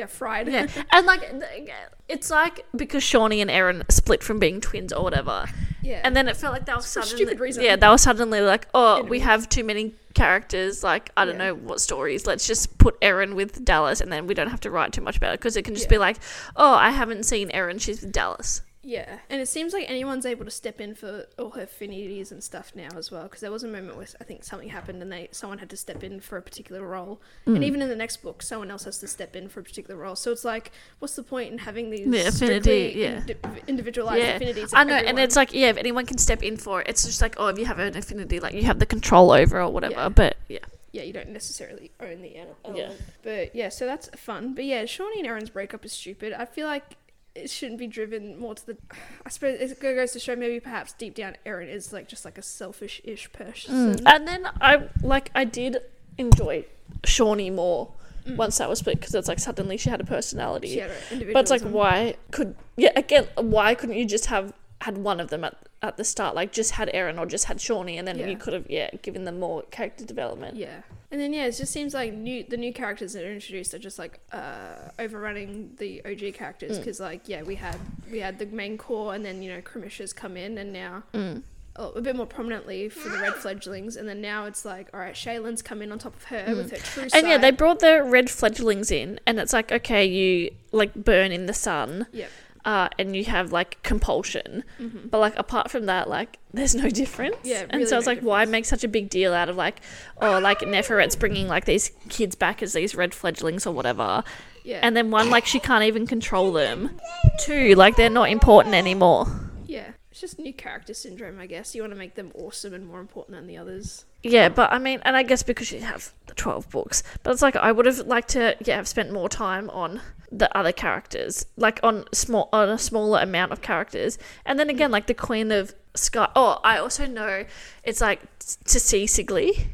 yeah, fried.
Yeah, and like th- it's like because Shawnee and Aaron split from being twins or whatever,
Yeah.
and then it felt like they were
For
suddenly
stupid reason.
yeah they were suddenly like oh we
Enemies.
have too many characters like I don't
Yeah.
know what stories let's just put Aaron with Dallas and then we don't have to write too much about it because it can just
Yeah.
be like oh I haven't seen Erin she's with Dallas
yeah. And it seems like anyone's able to step in for all her affinities and stuff now as well. Because there was a moment where I think something happened and they someone had to step in for a particular role.
Mm.
And even in the next book, someone else has to step in for a particular role. So it's like, what's the point in having these
The affinity,
strictly
yeah.
indi- individualized
yeah
affinities?
I know and
everyone-
it's like yeah if anyone can step in for it it's just like oh if you have an affinity like you have the control over or whatever
Yeah.
but yeah
yeah, you don't necessarily own the ele-
Yeah.
element. But yeah, so that's fun. But yeah, Shawnee and Aaron's breakup is stupid. I feel like it shouldn't be driven more to the. I suppose it goes to show maybe perhaps deep down Aaron is like just like a selfish-ish person.
And then I like I did enjoy Shawnee more once that was split because it's like suddenly she had a personality.
Mm. She had her
but it's like
individualism.
why could yeah again why couldn't you just have had one of them at, at the start like just had Aaron or just had Shawnee and then
Yeah.
you could have yeah given them more character development.
Yeah. And then yeah, it just seems like new the new characters that are introduced are just like uh, overrunning the OG
Mm.
characters because like yeah, we had we had the main core and then you know Krimish has come in and now
Mm.
oh, a bit more prominently for the red fledglings and then now it's like all right, Shaylin's come in on top of her with her true
Mm. And yeah,
side.
they brought the red fledglings in, and it's like okay, you like burn in the sun,
Yep.
uh, and you have like compulsion.
Mm-hmm.
But like apart from that, like there's no difference.
Yeah,
and
really
so I was
no
like, why make such a big deal out of like, oh, like Neferet's bringing like these kids back as these red fledglings or whatever,
Yeah.
and then one like she can't even control them. Two, like they're not important anymore.
yeah, it's just new character syndrome, I guess. You want to make them awesome and more important than the others.
Yeah, but I mean, and I guess because you have the 12 books, but it's like I would have liked to, yeah, have spent more time on the other characters, like on small, on a smaller amount of characters. And then again, like the Queen of Sky. Oh, I also know it's like t- to see Sigley.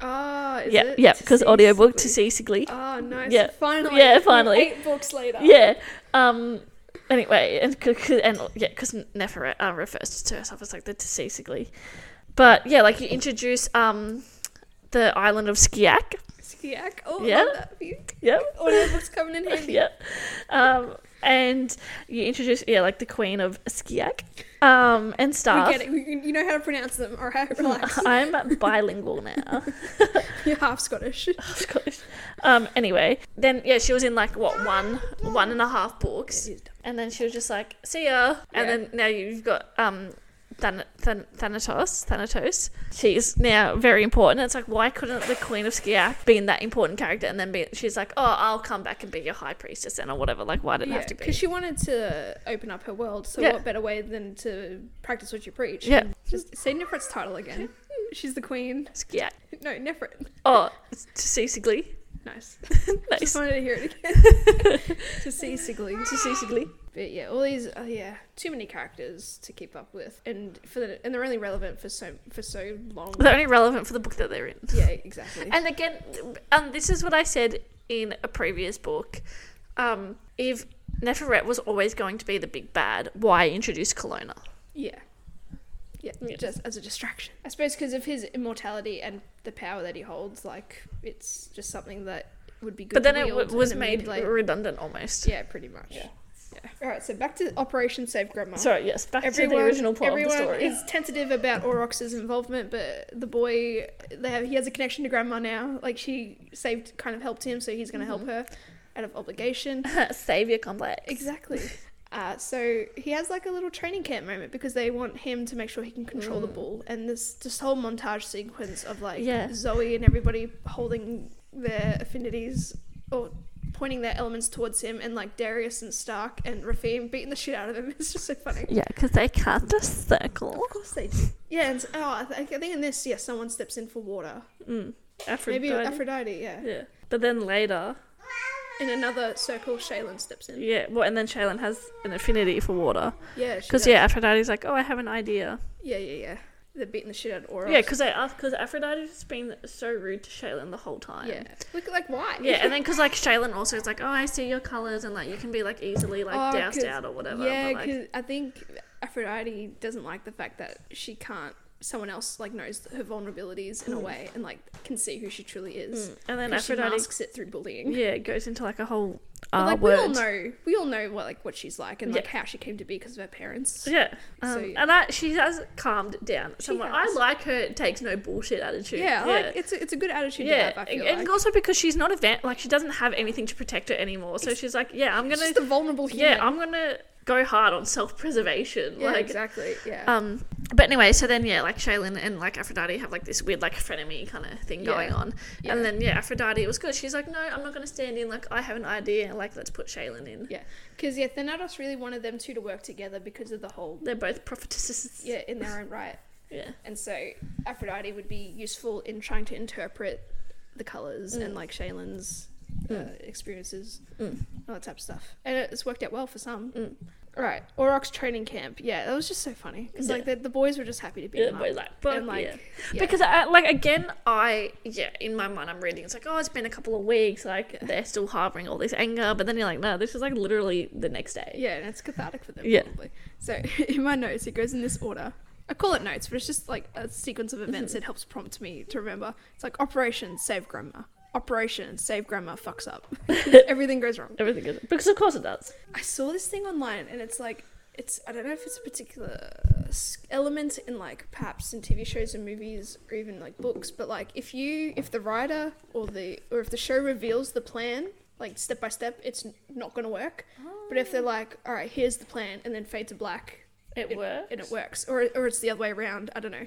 Oh, is
Yeah,
it?
Ah, yeah,
To
because
see
audiobook to
Sibley.
see Sigley.
Oh, nice.
Yeah.
Finally.
Yeah, finally.
Eight books later.
Yeah. Um. Anyway, and c- c- and yeah, because Neferet uh, refers to herself as like the Tsitsigli. but yeah, like you introduce um the island of Skiak.
Skiak. Oh,
Yeah.
yeah. love that view.
Yep.
Oh. Audiobook's coming in handy.
yep. Um, and you introduce yeah, like the queen of Skiak. Um, and stuff.
We get it. We, you know how to pronounce them. All right, relax.
I'm bilingual now.
You're half Scottish.
Of course. Um, anyway, then yeah, she was in like what one, one and a half books, and then she was just like, "See ya," and
Yeah.
then now you've got um, Than- Than- Thanatos. Thanatos. She's now very important. It's like, why couldn't the Queen of Skiak be in that important character, and then be? She's like, "Oh, I'll come back and be your High Priestess," and or whatever. Like, why did it have to be?
because she wanted to open up her world. So
Yeah.
what better way than to practice what you preach?
Yeah.
Just say Nefert's title again. She's the queen.
Skiak.
No, Nefert.
Oh, Tsitsigli.
Nice.
Nice.
Just wanted to hear it again. to see Sigley.
Tsitsigli.
But yeah, all these oh yeah, too many characters to keep up with, and for the and they're only relevant for so for so long.
They're only relevant for the book that they're in.
yeah, exactly.
And again, um, this is what I said in a previous book. Um, if Neferet was always going to be the big bad, why introduce Kelowna?
Yeah. Yeah,
Yeah.
just as a distraction. I suppose because of his immortality and the power that he holds, like it's just something that would be good.
But then
to
it
wield
w- was
and may be,
made
like
redundant almost.
yeah, pretty much.
Yeah.
Yeah. All right, so back to Operation Save Grandma.
Sorry, yes, back to the original plot of the
everyone
story.
is tentative about Aurochs' involvement, but the boy, they have, he has a connection to Grandma now. Like she saved, kind of helped him, so he's going to
Mm-hmm.
help her out of obligation.
Savior complex.
Exactly. Uh, so he has like a little training camp moment because they want him to make sure he can control the ball, and this this whole montage sequence of like
Mm. Yeah.
Zoe and everybody holding their affinities or pointing their elements towards him, and like Darius and Stark and Rafim beating the shit out of him. It's just so funny.
Yeah, because they can't just circle.
Of course they do. Yeah, and s- oh, I, th- I think in this, yeah, someone steps in for water.
Mm. Aphrodite.
Maybe Aphrodite, yeah.
yeah. But then later,
In another circle, Shaylin steps in.
yeah. Well, and then Shaylin has an affinity for water.
Yeah, she
Because
does.
yeah, Aphrodite's like, oh, I have an idea.
yeah, yeah, yeah. They're beating the shit out of Oros.
Yeah, because because Aphrodite's been so rude to Shaylin the whole time.
yeah. Look, like why?
Yeah, and then because like Shaylin also is like, oh, I see your colors, and like you can be like easily like
Oh,
doused
'cause-
out or whatever.
Yeah,
but, like,
because I think Aphrodite doesn't like the fact that she can't. Someone else like knows her vulnerabilities in a way and like can see who she truly is.
Mm. Hmm. and then
'Cause she
Aphrodite,
masks it through bullying.
yeah, goes into like a whole
But,
uh,
like
word.
we all know, we all know what like what she's like and like
Yeah.
how she came to be because of her parents.
Yeah, um,
So, yeah.
and I, she has calmed down somewhat. I
has.
like her takes no bullshit attitude.
Yeah, I like it's a, it's a good attitude
yeah,
to have. I
and
feel
and
like.
also because she's not a van- like she doesn't have anything to protect her anymore. So she's like, yeah, I'm
She's
gonna,
just a vulnerable human.
yeah, I'm gonna go hard on self preservation.
Yeah,
like,
exactly. Yeah.
um, but anyway, so then yeah, like Shaylin and like Aphrodite have like this weird like frenemy kind of thing
Yeah.
going on,
Yeah.
and then yeah, Aphrodite was good. She's like, no, I'm not gonna stand in. Like, I have an idea. Like, let's put Shaylin in.
yeah, because yeah, Thanatos really wanted them two to work together because of the whole
They're both prophetesses.
yeah in their own right.
yeah.
And so Aphrodite would be useful in trying to interpret the colors and like Shaylin's uh, experiences,
Mm.
all that type of stuff. And it's worked out well for some.
Mm.
Right, Aurochs training camp. Yeah, that was just so funny because like the, the boys were just happy to be
Yeah,
him
but
up.
like, but
and like
yeah.
yeah.
Because I, like again, I yeah, in my mind I'm reading it's like oh it's been a couple of weeks like they're still harboring all this anger, but then you're like no, this is like literally the next day.
yeah, and it's cathartic for them
Yeah.
probably. So in my notes, it goes in this order. I call it notes, but it's just like a sequence of events.
Mm-hmm.
It helps prompt me to remember. It's like Operation Save Grandma. Operation Save Grandma fucks up. Everything goes wrong.
Everything goes because of course it does.
I saw this thing online, and it's like it's I don't know if it's a particular s- element in like perhaps in TV shows and movies or even like books, but like if you if the writer or the or if the show reveals the plan like step by step, it's n- not going to work. But if they're like, all right, here's the plan, and then fade to black,
It works.
and it works, or or it's the other way around. I don't know.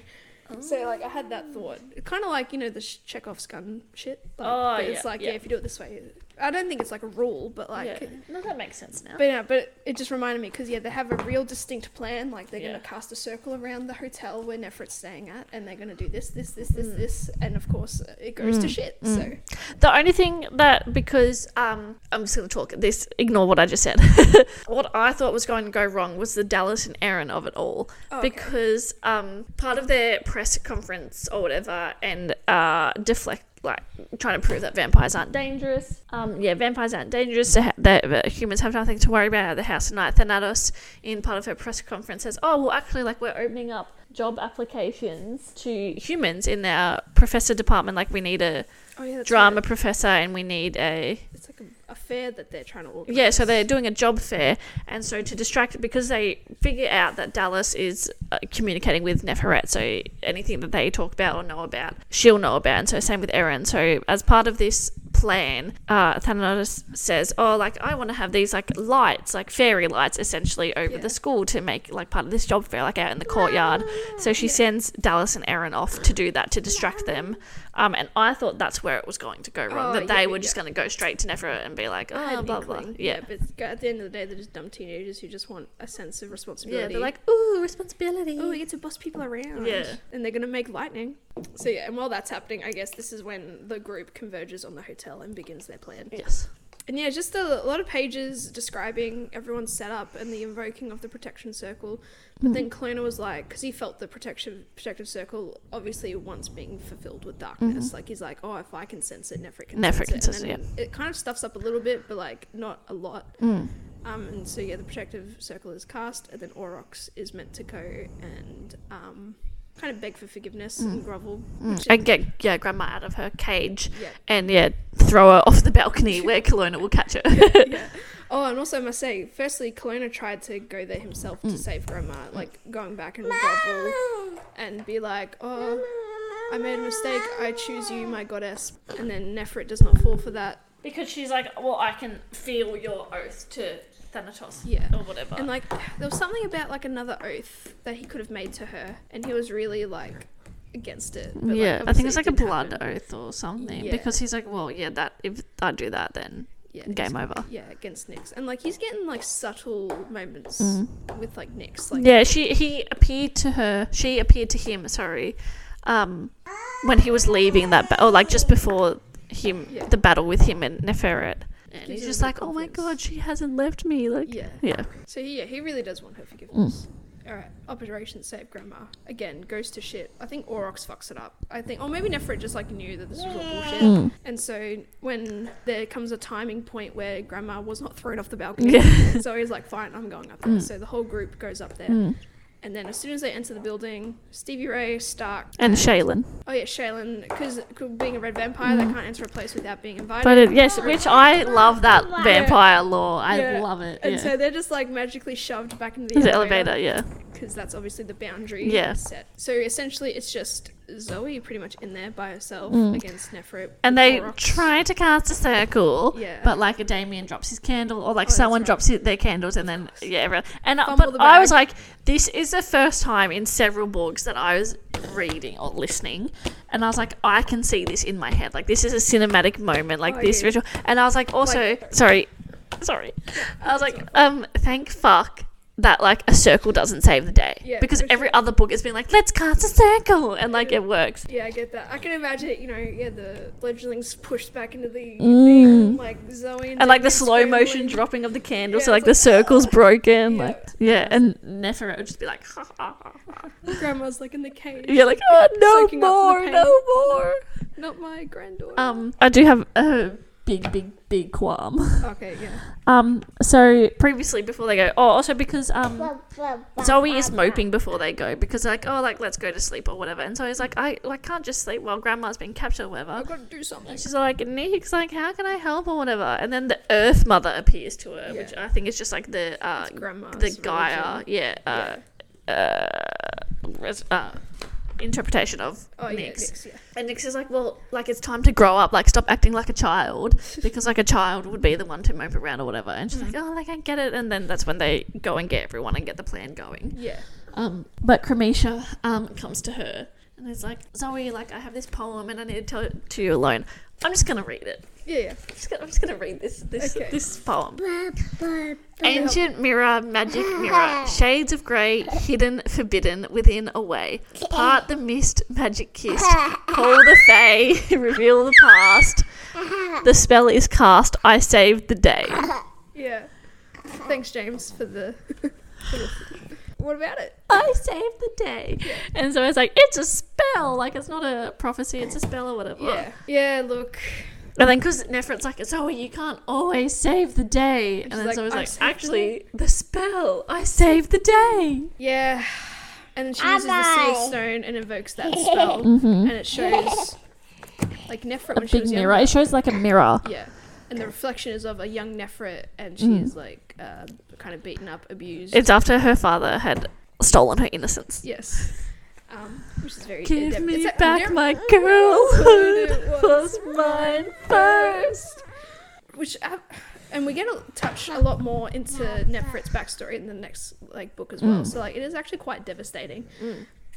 Oh.
So like I had that thought, kind of like you know the sh- Chekhov's gun shit. Like,
Oh,
but it's
yeah,
like
yeah.
yeah, if you do it this way, I don't think it's like a rule, but like
yeah. No, that makes sense now.
but yeah, but it just reminded me because yeah, they have a real distinct plan. Like they're
Yeah.
gonna cast a circle around the hotel where Nefert's staying at, and they're gonna do this, this, this,
Mm.
this, this, and of course uh, it goes to shit. So
The only thing that because um I'm just gonna talk this ignore what I just said. what I thought was going to go wrong was the Dallas and Aaron of it all.
Oh, okay.
Because um part of their press conference or whatever and uh deflect like trying to prove that vampires aren't dangerous. Um, yeah, vampires aren't dangerous. They ha- that that humans have nothing to worry about at the house tonight. Thanatos, in part of her press conference, says, "Oh, well, actually, like we're opening up job applications to humans in our professor department. Like we need a
oh yeah, that's
drama
right.
professor and we need a
It's like a, a fair that they're trying to organize.
yeah so they're doing a job fair and so to distract because they figure out that dallas is uh, communicating with neferet so anything that they talk about or know about she'll know about and so same with erin so as part of this plan uh, thanatos says oh like i want to have these like lights like fairy lights essentially over
Yeah.
the school to make like part of this job fair like out in the courtyard so she sends dallas and erin off to do that to distract them um, and i thought that's where it was going to go wrong
Oh,
that they
yeah,
were
yeah.
just going to go straight to neferet and be like
I had
oh
an
blah blah
inkling.
yeah
but it's- at the end of the day, they're just dumb teenagers who just want a sense of responsibility.
Yeah, they're like, ooh, responsibility.
Oh, we get to boss people around.
Yeah.
And they're going to make lightning. So, yeah, and while that's happening, I guess this is when the group converges on the hotel and begins their plan.
yes.
And yeah, just a, a lot of pages describing everyone's setup and the invoking of the protection circle. But then Clona was like, because he felt the protection protective circle obviously once being fulfilled with darkness. Like he's like, oh, if I can sense it, Nefrit can
Nefert
sense it. And
Mm-hmm. can sense it,
then It kind of stuffs up a little bit, but like not a lot.
Mm.
Um, and so yeah, the protective circle is cast, and then Aurochs is meant to go and um, kind of beg for forgiveness
Mm.
and grovel. Which
And get yeah, grandma out of her cage,
Yeah.
and yeah, throw her off the balcony where Kelowna will catch her.
Oh, and also I must say, firstly, Kelowna tried to go there himself
Mm.
to save Grandma, like going back and grovel and be like, oh, I made a mistake. I choose you, my goddess. And then Nefert does not fall for that.
because she's like, well, I can feel your oath to Thanatos,
Yeah.
or whatever.
And like, there was something about like another oath that he could have made to her, and he was really like against it. But, like,
yeah, I think
obviously
it's
it
like a
didn't
blood
happen.
oath or something
Yeah.
because he's like, well, yeah, that if I do that, then
yeah,
Game
it's-
over.
Yeah, against Nyx. And like he's getting like subtle moments
Mm.
with like Nyx. Like
yeah, she he appeared to her. She appeared to him. Sorry, um, when he was leaving that, ba- or like just before him,
Yeah.
the battle with him and Neferet, and
Gives
he's
her
just
the
like, oh my god,
confidence."
she hasn't left me. Like,
Yeah.
yeah,
So he, yeah, he really does want her forgiveness.
Mm.
All right, Operation Save Grandma again goes to shit. I think Aurochs fucks it up. I think, or maybe Nefert just like knew that this was all bullshit.
Mm.
And so when there comes a timing point where Grandma was not thrown off the balcony, so he's like, "Fine, I'm going up there."
Mm.
So the whole group goes up there. And then as soon as they enter the building, Stevie Ray, Stark,
and Shaylin.
oh yeah, Shaylin, because being a red vampire, they can't enter a place without being invited.
Mm-hmm. But it, yes, which I love that vampire lore. I
Yeah.
love it.
And
Yeah.
so they're just like magically shoved back into the,
the elevator, yeah.
because that's obviously the boundary
Yeah.
set. So essentially, it's just Zoe pretty much in there by herself against Nefert.
Mm. And
with
they
Aurochs.
try to cast a circle,
Yeah. Oh,
but like a Damien drops his candle, or like
that's
someone
right.
drops his, their candles, and then yeah, everyone. And uh,
Fumble
but
the
I was
bag.
like, this is the first time in several books that I was reading or listening, and I was like, I can see this in my head. Like this is a cinematic moment, like
Oh,
this
yeah.
ritual. And I was like, also sorry, sorry. I was like, um, thank fuck. That like a circle doesn't save the day
Yeah,
because
for
every
sure.
other book has been like let's cast a circle and like it works.
Yeah, I get that. I can imagine, it, you know, yeah, the fledglings pushed back into the
Mm.
thing, like Zoe and,
and like
Damien
the slow motion
scrambling.
dropping of the candle,
Yeah,
so like
it's
the
like,
circle's broken,
Yeah.
like yeah, and Neferet would just be like, ha, ha, ha, ha.
Grandma's like in the cage.
you're like, oh no
Soaking up the
more,
pain.
no more.
Not my granddaughter.
Um, I do have a big, big, big qualm.
Okay, yeah.
Um, so previously before they go, oh, also because um, Zoe is moping before they go because like oh like let's go to sleep or whatever, and so he's like I I can't just sleep while Grandma's been captured or whatever.
I've got to do something.
And she's like, Nick's like, how can I help or whatever? And then the Earth Mother appears to her, which
Yeah.
I think is just like the uh,
It's grandma's
the Gaia, yeah, uh, Uh, res- uh, interpretation of
Oh, yeah,
Nyx.
Nyx, yeah.
And Nix is like, well, like it's time to grow up, like stop acting like a child, because like a child would be the one to mope around or whatever. And
Mm-hmm.
she's like, oh, like I get it. And then that's when they go and get everyone and get the plan going.
Yeah.
Um, but Cremesha um, comes to her and is like, Zoe, like I have this poem and I need to tell it to you alone. I'm just gonna read it.
Yeah, yeah.
I'm just gonna, I'm just gonna read this this
Okay.
this poem. Ancient mirror, magic mirror, shades of grey, hidden, forbidden, within, away. Part the mist, magic kissed. Call the fay, reveal the past. The spell is cast. I saved the day.
Yeah. Thanks, James, for the. for the- what about it?
I saved the day. And so it's like, it's a spell. Like, it's not a prophecy, it's a spell or whatever.
Yeah. Yeah, look.
And then because Nefert's like, Zoe, you can't always save the day. And,
she's
then
like,
Zoe's
"I
like,
saved the
actually, the spell, I saved the day.
Yeah. And then she uses the sea stone and invokes that spell. And it shows. Like Nefert when she was young.
It shows like a mirror.
Yeah. And the reflection is of a young Nefert, and she is like uh, kind of beaten up, abused.
Mm. It's after her father had stolen her innocence.
yes. Um, which is very.
Give
adept.
me
It's a-
back
Nef-
my
it
girlhood was mine
Mm.
first.
which uh, and we get a touch a lot more into Nefert's backstory in the next like book as
Mm.
well. So like it is actually quite devastating.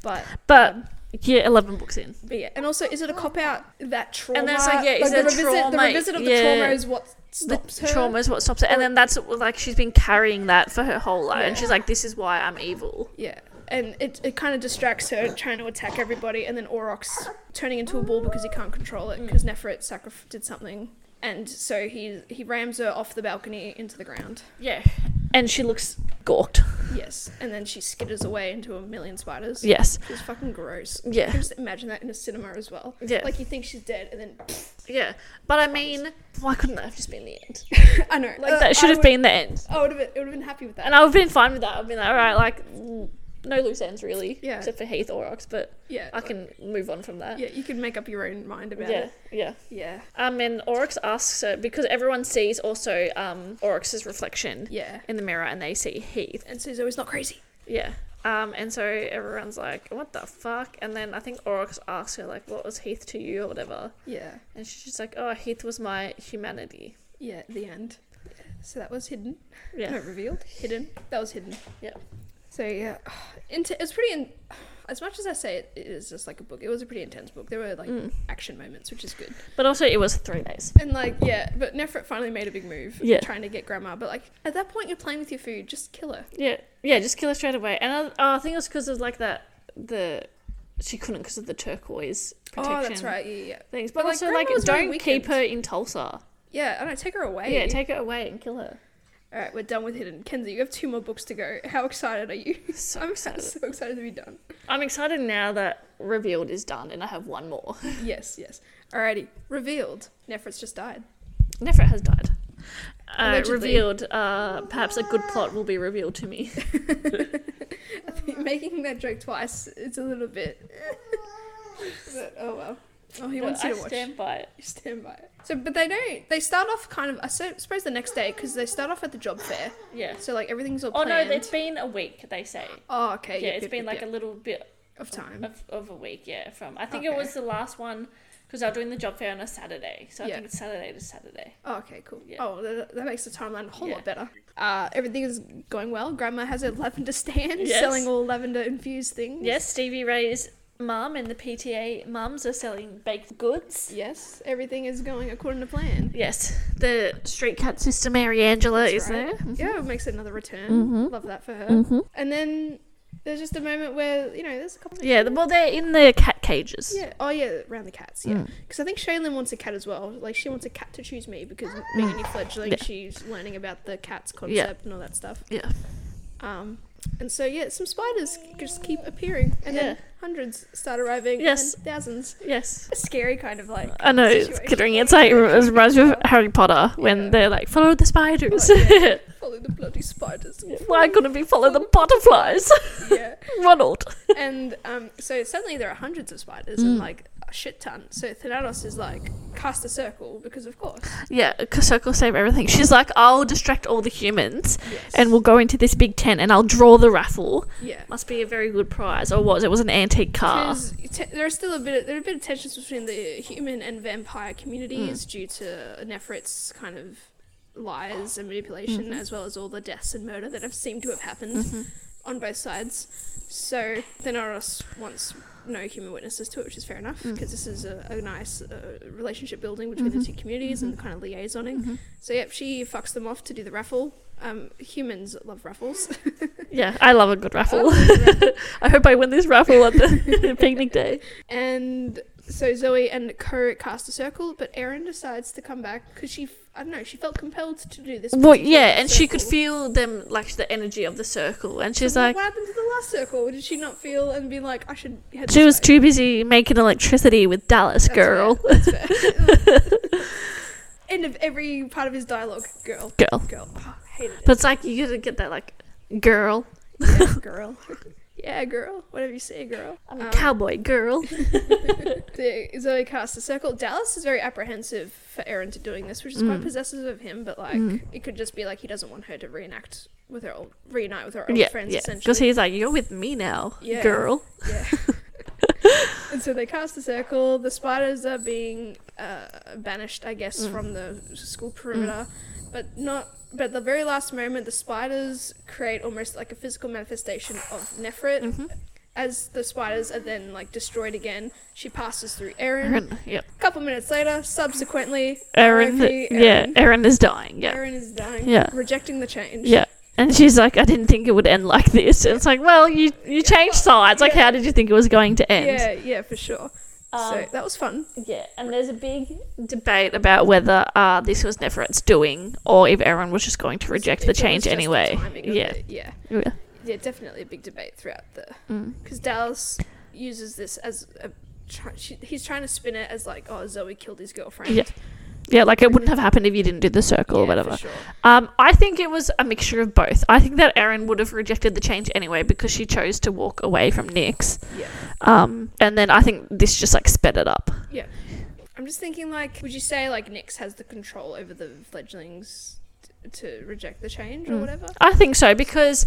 But
But yeah, eleven books in.
but yeah, and also is it a cop out that trauma?
then it's like, yeah, is
the
there
revisit, the
trauma?
revisit of the
Yeah.
trauma is what stops
the
her.
trauma is what stops it, and then that's like she's been carrying that for her whole life, and
Yeah.
she's like, "This is why I'm evil."
Yeah, and it, it kind of distracts her trying to attack everybody, and then Aurochs turning into a ball because he can't control it
Mm.
because Nefert sacrif- did something, and so he he rams her off the balcony into the ground.
Yeah, and she looks gawked.
Yes, and then she skitters away into a million spiders.
Yes,
She's fucking gross.
Yeah.
You can just imagine that in a cinema as well.
Yeah.
Like you think she's dead and then
yeah, but I mean, why couldn't that have just been the end? Uh,
I know.
Like that should have been the end,
I would have been, I would've been happy with that.
and I would have been fine with that. I've been like, all right, like mm, no loose ends really,
Yeah.
except for Heath Aurochs, but
yeah.
I can move on from that.
Yeah, you can make up your own mind about
yeah,
it.
yeah.
Yeah.
Um, and Oryx asks her because everyone sees also um Oryx's reflection
Yeah.
in the mirror, and they see Heath.
And so Zoe's not crazy.
Yeah. Um, and so everyone's like, "What the fuck?" And then I think Oryx asks her like, "What was Heath to you?" or whatever,
Yeah.
and she's just like, "Oh, Heath was my humanity."
Yeah, the end. So that was hidden.
Yeah.
Not revealed. Hidden. That was hidden.
Yeah.
So yeah. Into it's pretty in- as much as I say it, it is just like a book, it was a pretty intense book. There were like
Mm.
action moments, which is good.
But also, it was three days.
And like, yeah, but Nefert finally made a big move,
Yeah.
trying to get Grandma. But like, at that point, you're playing with your food. Just kill her.
Yeah, yeah, just kill her straight away. And I, oh, I think it was because of like that the she couldn't because of the turquoise protection.
Oh, that's right. Yeah, yeah, yeah.
Things, but,
But, like,
also like
Grandma was very
don't keep
weakened.
her in Tulsa.
Yeah, I know. Take her away.
Yeah, take her away and kill her.
All right, we're done with Hidden. Kenzie, you have two more books to go. How excited are you?
So
I'm so,
excited.
so excited to be done.
I'm excited now that Revealed is done and I have one more.
yes, yes. Alrighty. Revealed. Nefert's just died.
Nefret has died. Uh,
Allegedly.
revealed. Uh, perhaps a good plot will be revealed to me.
I think making that joke twice, it's a little bit. but, oh well. Oh, he wants you to watch.
by it.
You stand by it. So, but they don't. They start off kind of. I so- suppose the next day because they start off at the job fair.
Yes.
So like everything's all.
Oh no,
planned.
it's been a week. They say.
Oh okay.
Yeah,
yep,
it's
yep,
been
yep,
like
yep.
a little bit
of time.
of, of a week. Yeah, from I think it
Okay.
was the last one because they were doing the job fair on a Saturday, so I
Yeah.
think it's Saturday to Saturday.
Oh, okay, cool.
Yeah.
Oh, that, that makes the timeline a whole
Yeah.
lot better. Uh, everything is going well. Grandma has a lavender stand,
Yes.
selling all lavender infused things.
Yes, Stevie Ray's mum and the PTA mums are selling baked goods.
Yes, everything is going according to plan.
Yes, the street cat sister Mary Angela
That's
is Mm-hmm.
right.
there.
Yeah, makes another return.
Mhm.
Love that for her.
Mhm.
And then there's just a moment where you know there's a couple. of
Yeah, the, well, they're in the cat cages.
Yeah. Oh yeah, around the cats.
Mm.
Yeah. Because I think Shaylin wants a cat as well. Like she wants a cat to choose me because being a new fledgling,
Mm. Yeah.
she's learning about the cat's concept
Yeah.
and all that stuff.
Yeah.
Um, and so yeah, some spiders just keep appearing, and then
Yeah.
hundreds start arriving.
Yes.
And thousands.
Yes.
A scary kind of like.
I know, it's
situation.
considering it's like, it reminds me of Harry Potter when
Yeah.
they're like, follow the spiders.
Oh, yeah. Follow the bloody spiders.
Why couldn't we follow the butterflies?
Yeah.
Ronald.
and um, so suddenly there are hundreds of spiders
Mm.
and like a shit ton. So Thanatos is like cast a circle because of course.
Yeah, because Circle save everything. She's like, I'll distract all the humans
Yes.
and we'll go into this big tent and I'll draw the raffle.
yeah.
Must be a very good prize. Or was it? was an antique car.
Because te- there's still a bit of, there are a bit of tensions between the human and vampire communities due to Nefert's kind of lies and manipulation, as well as all the deaths and murder that have seemed to have happened
Mm-hmm.
on both sides. So Thanatos wants no human witnesses to it, which is fair enough, because this is a, a nice uh, relationship building between the two communities and kind of liaisoning.
Mm. Mm-hmm.
So yep, she fucks them off to do the raffle. Um, humans love raffles.
Yeah, I love a good raffle.
love a
I hope I win this raffle on the picnic day.
And so Zoe and Co cast a circle, but Erin decides to come back because she, f- I don't know, she felt compelled to do this.
Well,
particular
yeah, and she could
circle.
feel them, like the energy of the circle. And she's
So what-
like,
what happened to the last circle? Did she not feel and be like, I should head
she
this
was
way?
too busy making electricity with Dallas
That's
Girl.
fair, that's fair. End of every part of his dialogue, girl,
Girl.
girl, oh, I hated it.
But it's like, you gotta get that, like, girl.
Yeah, girl, yeah, girl, whatever you say, girl. Um,
Cowboy girl.
the Zoe casts a circle. Dallas is very apprehensive for Aaron to doing this, which is
Mm.
quite possessive of him. But like, it could just be like he doesn't want her to reenact with her old, reunite with her old
yeah,
friends.
yeah. Because
Essentially,
he's like, you're with me now,
Yeah.
girl.
yeah. and so they cast a circle. The spiders are being uh, banished, I guess,
Mm.
from the school perimeter, but not. But at the very last moment, the spiders create almost like a physical manifestation of Nefrit.
Mm-hmm.
As the spiders are then like destroyed again, she passes through Aaron.
Erin, yep.
couple minutes later, subsequently,
Erin,
RIP,
yeah,
Erin.
Erin is dying, yeah.
Erin is dying.
Yeah.
Rejecting the change.
Yeah. And she's like, I didn't think it would end like this. And it's like, well, you you changed sides. Like,
Yeah.
how did you think it was going to end?
Yeah, yeah, for sure. so
Um,
that was fun.
Yeah, and there's a big debate about whether uh, this was Neferet's doing or if Erin was just going to reject
It
the
was
change
just the
anyway.
timing of
yeah.
it, yeah.
yeah.
Yeah, definitely a big debate throughout the.
Mm.
Because Dallas uses this as a. Try, she, he's trying to spin it as like, oh, Zoe killed his girlfriend.
Yeah, Yeah, like it wouldn't have happened if you didn't do the circle
Yeah,
or whatever.
For sure.
Um, I think it was a mixture of both. I think that Erin would have rejected the change anyway because she chose to walk away from Nyx.
Yeah.
Um, and then I think this just like sped it up.
Yeah. I'm just thinking, like, would you say, like, Nyx has the control over the fledglings t- to reject the change
Mm.
or whatever?
I think so because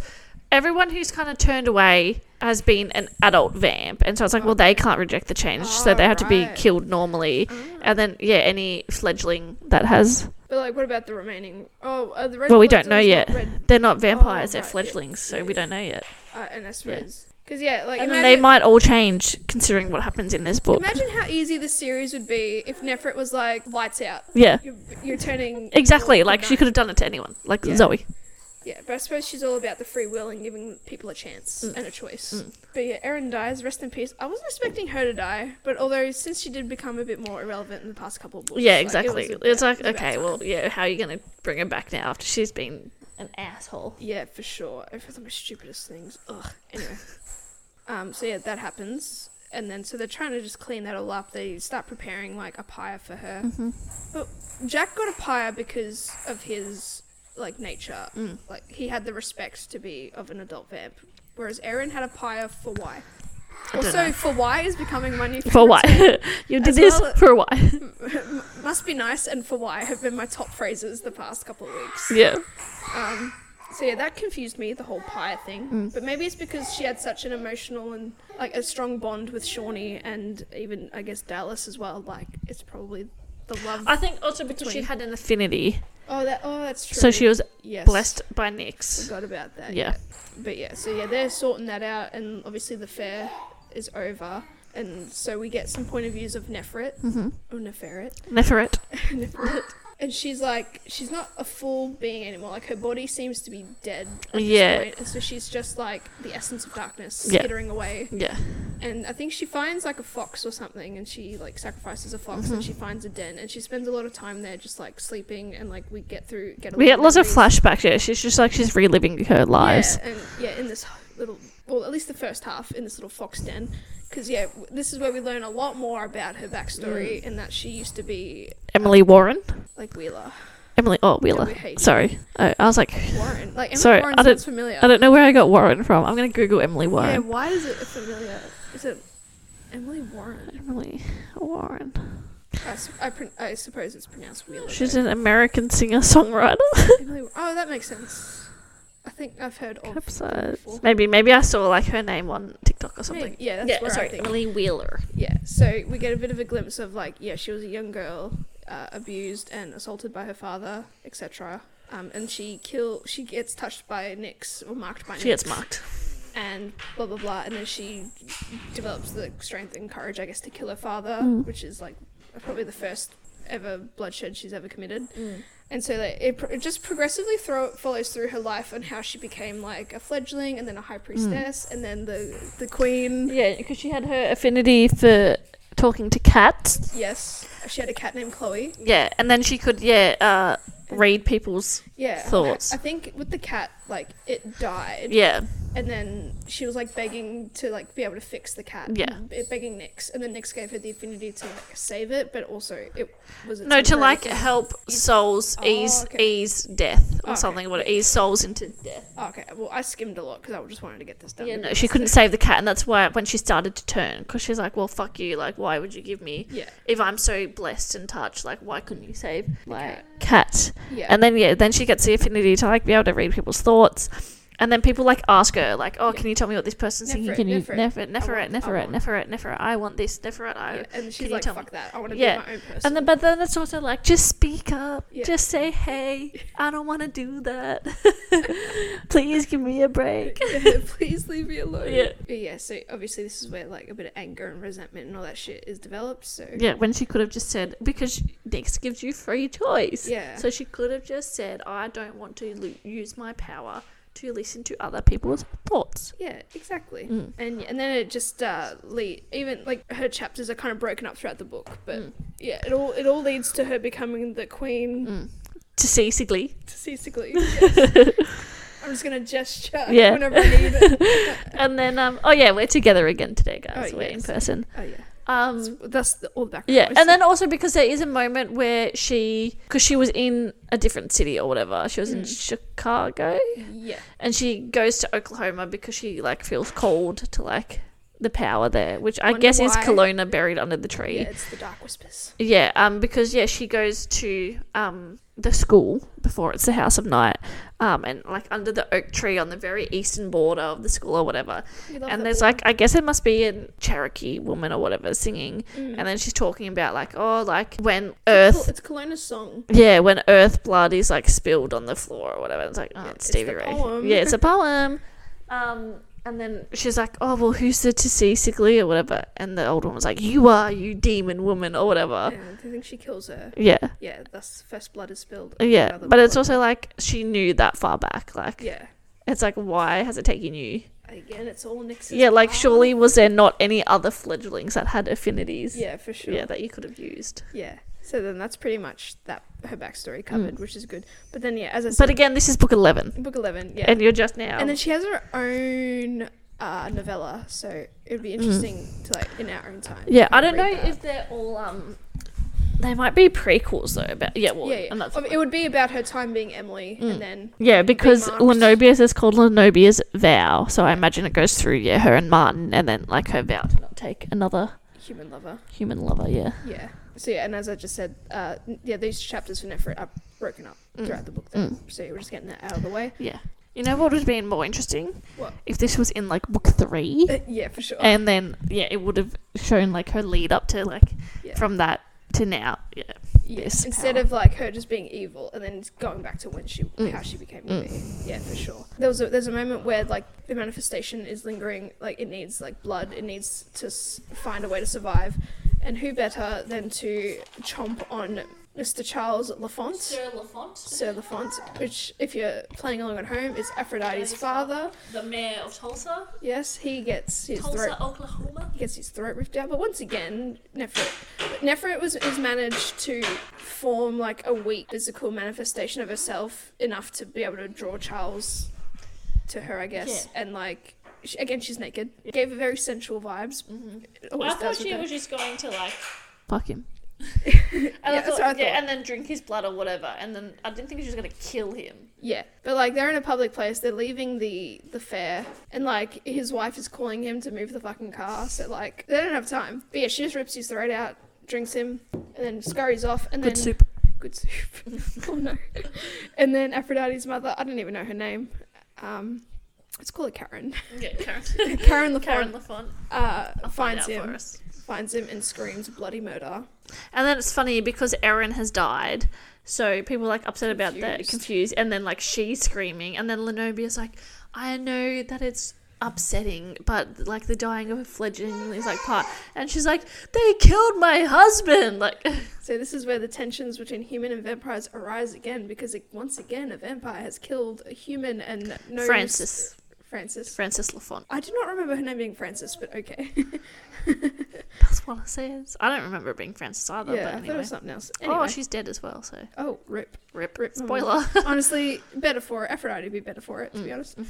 everyone who's kind of turned away has been an adult vamp, and so it's like, well, they can't reject the change, so they have to be
Alright.
killed normally. And then, yeah, any fledgling that has
But, like, what about the remaining. Oh, uh, the red
Well, we
blood
don't know
cells, not
yet.
red
they're not vampires, they're
Oh, right, yeah.
fledglings, so we don't know yet.
Uh, and I suppose Because yeah, like
and
imagine,
they might all change considering what happens in this book.
imagine how easy the series would be if Nefert was like lights out.
Yeah,
You're, you're turning
exactly.
your
Like she
back.
could have done it to anyone, like
Yeah.
Zoe.
Yeah, but I suppose she's all about the free will and giving people a chance
Mm.
and a choice. But yeah, Erin dies. Rest in peace. I wasn't expecting her to die, but although since she did become a bit more irrelevant in the past couple of books,
Yeah,
like, it
exactly.
was a
it's
bad-
like
it was a bad
okay,
time.
well, yeah. How are you gonna bring her back now after she's been an asshole?
Yeah, for sure. I've heard the most stupidest things. Ugh. Anyway. um, so yeah, that happens. And then so they're trying to just clean that all up. They start preparing like a pyre for her.
Mm-hmm.
But Jack got a pyre because of his like nature.
Mm.
Like he had the respect to be of an adult vamp. Whereas Erin had a pyre for why?
don't
Also
know.
for why is becoming my new
For
favourite
why?
term.
you did
As
this
well-
for why?
Must be nice and for why have been my top phrases the past couple of weeks.
yeah.
Um, so yeah, that confused me the whole pie thing.
Mm.
But maybe it's because she had such an emotional and like a strong bond with Shawnee and even I guess Dallas as well. Like it's probably the love.
I think also because she
Between.
had an affinity,
oh, that oh, that's true.
so she was
yes.
blessed by Nyx.
Forgot about that.
Yeah.
But yeah, so yeah, they're sorting that out, and obviously the fair is over. And so we get some point of views of Nefert, mm-hmm. or Neferet,
Neferet.
Neferet. and she's like, she's not a full being anymore. Like her body seems to be dead at
Yeah.
this point, and so she's just like the essence of darkness
Yeah.
skittering away.
Yeah.
And I think she finds like a fox or something, and she like sacrifices a fox,
Mm-hmm.
and she finds a den, and she spends a lot of time there, just like sleeping, and like we get through get. A
We
lot
get lots of
memories.
flashbacks. Yeah, she's just like she's reliving her lives.
Yeah, and yeah, in this little, well, at least the first half in this little fox den, because yeah, w- this is where we learn a lot more about her
Mm.
backstory and that she used to be
Emily Warren.
like Wheeler
Emily. Oh, Wheeler.
we hate
Sorry. Oh, I was like,
Warren. Like Emma
Sorry, I
Warren
don't-
sounds familiar.
I don't know where I got Warren from. I'm gonna Google Emily
yeah,
Warren.
why is it familiar? Is it Emily Warren?
Emily Warren.
I, su- I, pron- I suppose it's pronounced Wheeler.
She's
though.
an American singer songwriter.
Emily. Wa- Oh, that makes sense. I think I've heard of.
Episodes.
before.
Maybe maybe I saw like her name on TikTok or something.
Maybe- Yeah, that's where I think.
Emily Wheeler.
Yeah, so we get a bit of a glimpse of like, yeah, she was a young girl, uh, abused and assaulted by her father, etc. Um, and she kill, she gets touched by Nyx or marked by Nyx,
She gets marked.
and blah blah blah, and then she develops the strength and courage, I guess, to kill her father, which is like probably the first ever bloodshed she's ever committed. And so like, it, pro- it just progressively throw, follows through her life on how she became like a fledgling, and then a high priestess, and then the the queen.
Yeah, because she had her affinity for talking to cats.
Yes, she had a cat named Chloe.
Yeah, and then she could yeah uh, read people's
yeah
thoughts.
i think with the cat like it died
yeah
and then she was like begging to like be able to fix the cat
Yeah.
be- begging nix and then nix gave her the affinity to like save it but also it was a
no to
temporary
like
thing.
help souls
Oh,
ease
okay.
ease death or
Okay.
something. Would ease souls into death?
oh, okay well i skimmed a lot because i just wanted to get this done
Yeah, no, she couldn't save the cat, and that's why when she started to turn, because she's like, "Well, fuck you! Like, why would you give me?
yeah
If I'm so blessed and touched, like, why couldn't you save like
cat.
cat?"
yeah
And then yeah, then she gets the affinity to like be able to read people's thoughts. And then people like ask her, like, "Oh,
Yeah.
can you tell me what this person's thinking?
Neferet,
Can you
Neferet,
Neferet,
I
Neferet,
want- I want."
Neferet, Neferet, Neferet? I want this, Neferet. I."
yeah, and
can
she's
you
like
tell me-
fuck that i want to
Yeah.
be my own person
And then, but then it's also like, just speak up.
Yeah.
Just say, hey, I don't want to do that. Please give me a break.
Yeah, please leave me alone
Yeah.
But yeah so obviously this is where like a bit of anger and resentment and all that shit is developed so
Yeah, when she could have just said, because Nyx gives you free choice.
Yeah.
So she could have just said, I don't want to lo- use my power to listen to other people's thoughts.
Yeah, exactly.
Mm.
And and then it just uh, lead even like her chapters are kind of broken up throughout the book, but
Mm.
yeah, it all it all leads to her becoming the queen
Mm. To see Sigley.
statistically. yes. I'm just gonna gesture
Yeah.
whenever I need it.
And then, um, oh yeah, we're together again today, guys.
Oh,
we're in
yes.
person.
Oh yeah,
Um,
that's the, all the background.
Yeah,
noise.
and then also because there is a moment where she, because she was in a different city or whatever, she was in
Mm.
Chicago,
yeah,
and she goes to Oklahoma because she like feels cold to like the power there, which I
Wonder
guess is
why.
Kelowna buried under the
yeah,
tree.
it's the dark whispers.
Yeah. um, because yeah, she goes to um the school before it's the House of Night, um, and like under the oak tree on the very eastern border of the school or whatever,
We love that
and there's
boy.
like I guess it must be a Cherokee woman or whatever singing.
Mm.
And then she's talking about like, oh, like when
It's
Earth,
Col- It's Kelowna's song.
yeah, when Earth blood is like spilled on the floor or whatever. It's like, oh,
Yeah,
it's
it's
Stevie
the
Ray.
poem.
Yeah, it's a poem. Um, And then she's like, "Oh well, who's the Tasisigli or whatever?" And the old woman's like, "You are, you demon woman or whatever."
And I think she kills her.
Yeah,
Yeah, that's first blood is spilled.
Uh, yeah.
Another
But it's
blood.
also like she knew that far back. Like,
Yeah.
it's like, why has it taken you?
Again, it's all Nix's.
yeah, like
power.
surely was there not any other fledglings that had affinities?
Yeah, for sure.
yeah, that you could have used.
Yeah. So then that's pretty much that her backstory covered, which is good. But then yeah, as I said,
Mm. But again, this is book eleven,
book eleven, yeah,
and
and,
you're just now.
then she has her own uh, novella, so it would be interesting to like in our own time.
Mm. yeah, I
kinda
don't know
read that.
if they're all um. They might be prequels though, but yeah, well,
yeah, yeah.
And that's Mm.
Um, it would be about her time being Emily, and then
Yeah, because
marked.
Lenobia's is called Lenobia's vow, so I imagine it goes through yeah her and Martin, and then like her vow to not take another
human lover.
human lover. Yeah,
Yeah. So yeah, and as I just said, uh, n- yeah, these chapters for Nefert are broken up
Mm.
throughout the book, then. so we're just getting that out of the way.
yeah. You know what would have been more interesting
What?
if this was in like book three,
Uh, yeah, for sure.
and then yeah, it would have shown like her lead up to like
Yeah.
from that to now. Yeah,
Yeah,
this
Instead
power.
of like her just being evil and then going back to when she how she became evil. Yeah, for sure. There was a, there's a moment where like the manifestation is lingering, like it needs like blood, it needs to s- find a way to survive, and who better than to chomp on Mr. Charles Lafont.
Lafont,
Sir Lafont, which if you're playing along at home is Aphrodite's father.
the mayor of Tulsa,
Yes, he gets his throat
Oklahoma.
he gets his throat ripped out. But once again, Nefert, Nefert was is managed to form like a weak physical manifestation of herself enough to be able to draw Charles to her, I guess. And like she, again, she's naked. Gave her very sensual vibes. It Mm-hmm. always does with her.
just going to like fuck him. And
Yeah,
I
that's
thought,
what I
yeah,
thought.
and then drink his blood or whatever. And then I didn't think she was gonna kill him.
Yeah, but like they're in a public place. They're leaving the the fair, and like his wife is calling him to move the fucking car. So like they don't have time. But yeah, she just rips his throat out, drinks him, and then scurries off. And
Good
then
soup.
good soup. oh no. And then Aphrodite's mother. I don't even know her name. Um, let's call her Karen.
Yeah, Karen.
Karen LaFont
Karen Lafont.
uh,
I'll find
finds
out for
him,
us.
finds him, and screams bloody murder.
And then it's funny because Erin has died, so people are like upset about that,
Confused.
confused, and then like she's screaming, and then Lenobia's like, I know that it's upsetting, but like the dying of a fledgling is like part, and she's like, they killed my husband, like.
So this is where the tensions between human and vampires arise again, because it, once again a vampire has killed a human and knows
Francis.
Francis.
Francis Lafont.
I do not remember her name being Francis, but okay.
That's what it says. I don't remember it being Francis either.
yeah, I
but
thought it
anyway.
was something else. Anyway. Mm-hmm.
Oh, she's dead as well. So
Oh, rip.
rip.
Rip.
Spoiler. Mm.
Honestly, better for it. Aphrodite would be better for it, to be honest.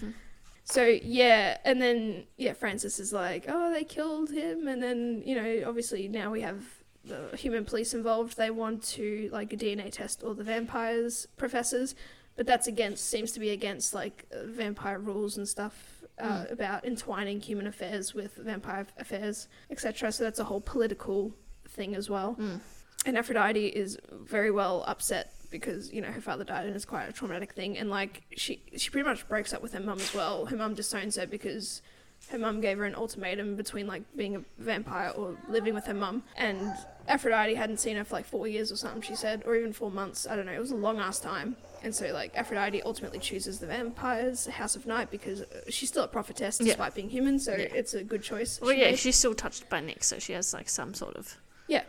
So, yeah, and then, yeah, Francis is like, oh, they killed him. And then, you know, obviously now we have the human police involved. They want to, like, DNA test all the vampires' professors. But that's against, seems to be against, like, uh, vampire rules and stuff. Uh, About entwining human affairs with vampire affairs, etc. So that's a whole political thing as well.
Mm.
And Aphrodite is very well upset because you know her father died and it's quite a traumatic thing. And like she, she pretty much breaks up with her mum as well. Her mum disowns her because her mum gave her an ultimatum between like being a vampire or living with her mum. And Aphrodite hadn't seen her for like four years or something. She said, or even four months. I don't know. It was a long ass time. And so like Aphrodite ultimately chooses the vampires, House of Night, because uh, she's still a prophetess
Yeah.
despite being human. So
Yeah.
it's a good choice.
well,
she
yeah,
made.
she's still touched by Nick, so she has like some sort of
yeah.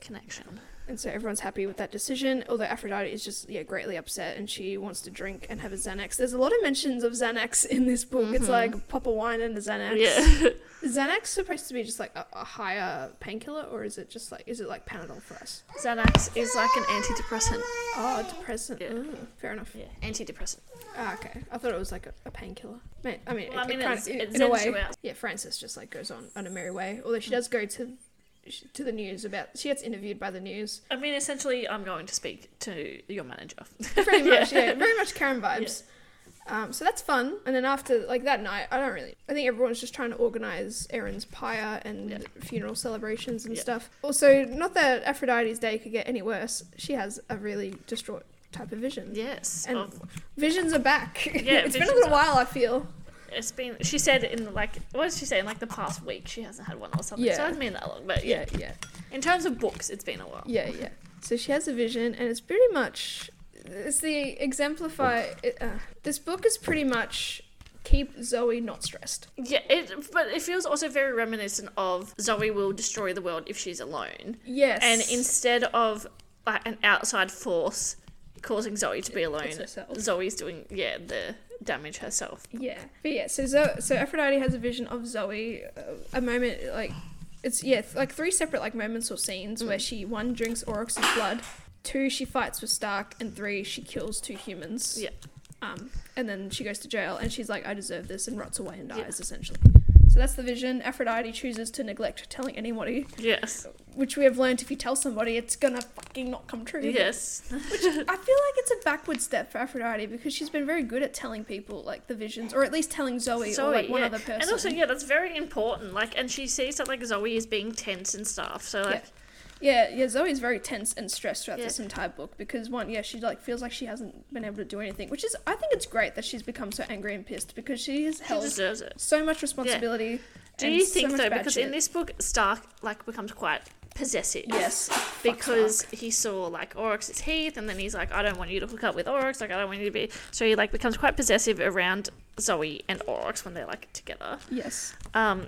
connection.
And so everyone's happy with that decision, although Aphrodite is just yeah greatly upset and she wants to drink and have a Xanax. There's a lot of mentions of Xanax in this book. It's like pop a wine and a Xanax.
Mm-hmm. Yeah.
Is Xanax supposed to be just like a, a higher painkiller, or is it just like is it like Panadol for us?
Xanax is like an antidepressant.
Oh, depressant.
Yeah.
Ooh, fair enough.
Yeah, antidepressant.
Ah, okay, I thought it was like a, a painkiller. Ma- I mean,
Well, I
it-
mean,
it kind
it's-
of, in-
it
in a
sends
way,
you out.
yeah. Frances just like goes on on a merry way, although she does go to she- to the news about she gets interviewed by the news
I mean, essentially, I'm going to speak to your manager.
Pretty much, yeah. Very much Karen vibes. Um, so that's fun. And then after like that night, I don't really. I think everyone's just trying to organize Aaron's pyre and
Yeah.
funeral celebrations and
Yeah.
stuff. Also, not that Aphrodite's day could get any worse. She has a really distraught type of vision.
Yes. Um,
And
of-
Visions are back.
Yeah,
it's been a
visions
little
are-
while. I feel.
it's been. She said in like what did she say in like the past week she hasn't had one or something. So
Yeah.
it hasn't been that long, but yeah.
yeah,
In terms of books, it's been a while.
yeah, yeah. So she has a vision, and it's pretty much. It's the exemplify. It, uh, this book is pretty much keep Zoe not stressed.
Yeah, it, but it feels also very reminiscent of Zoe will destroy the world if she's alone.
Yes.
And instead of like, an outside force causing Zoe to be alone,
it's herself.
Zoe's doing, yeah, the damage herself.
Yeah, but yeah, so Zo- so Aphrodite has a vision of Zoe, uh, a moment like it's yeah, th- like three separate like moments or scenes where
Mm.
she one drinks Oryx's blood, two she fights with Stark, and three she kills two humans.
Yeah.
Um, and then she goes to jail, and she's like, I deserve this, and rots away and
Yeah.
dies essentially. So that's the vision. Aphrodite chooses to neglect telling anybody,
Yes.
which we have learnt if you tell somebody, it's gonna fucking not come true.
Yes.
I feel like it's a backward step for Aphrodite because she's been very good at telling people like the visions, or at least telling Zoe, or like one
yeah.
other person.
And also, yeah, that's very important. Like, and she sees that like Zoe is being tense and stuff. So like,
yeah, yeah, Zoe's very tense and stressed throughout
Yeah.
this entire book because one, yeah, she like feels like she hasn't been able to do anything, which is I think it's great that she's become so angry and pissed because she has
she
held
deserves it.
so much responsibility.
Do
and
you
so
think
much
though,
bad
because in
shit.
this book, Stark like becomes quite possessive.
yes, fuck
Because
Stark.
he saw like Oryx's teeth, and then he's like, "I don't want you to hook up with Oryx. Like, I don't want you to be." So he like becomes quite possessive around Zoe and Oryx when they're like together.
yes,
Um,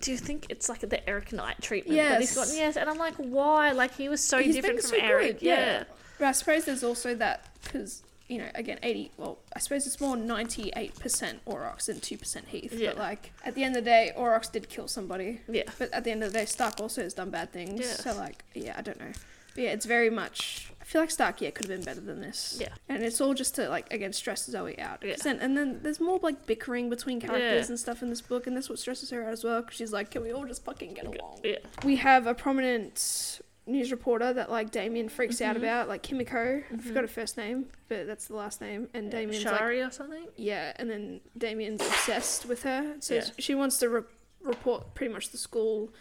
do you think it's like the Eric Knight treatment that he's
Yes.
gotten? Yes, and I'm like, why? Like he was so
He's
different
been
from
so
Eric.
good, yeah. But I suppose there's also that because you know again 80 well I suppose it's more 98% Aurochs and 2% Heath
Yeah.
but like at the end of the day Aurochs did kill somebody
yeah, yeah.
but at the end of the day Stark also has done bad things
Yeah.
so like yeah I don't know but yeah it's very much I feel like Stark yeah could have been better than this
Yeah.
and it's all just to like again stress Zoe out 'Cause
Yeah.
then, and then there's more like bickering between characters
Yeah.
and stuff in this book and that's what stresses her out as well because she's like can we all just fucking get along
yeah.
we have a prominent news reporter that like Damien freaks out
Mm-hmm.
about, like Kimiko. I forgot her first name, but that's the last name. And Damien's like,
Shari or something.
yeah, and then Damien's obsessed with her, so
Yeah.
she wants to re- report pretty much the school,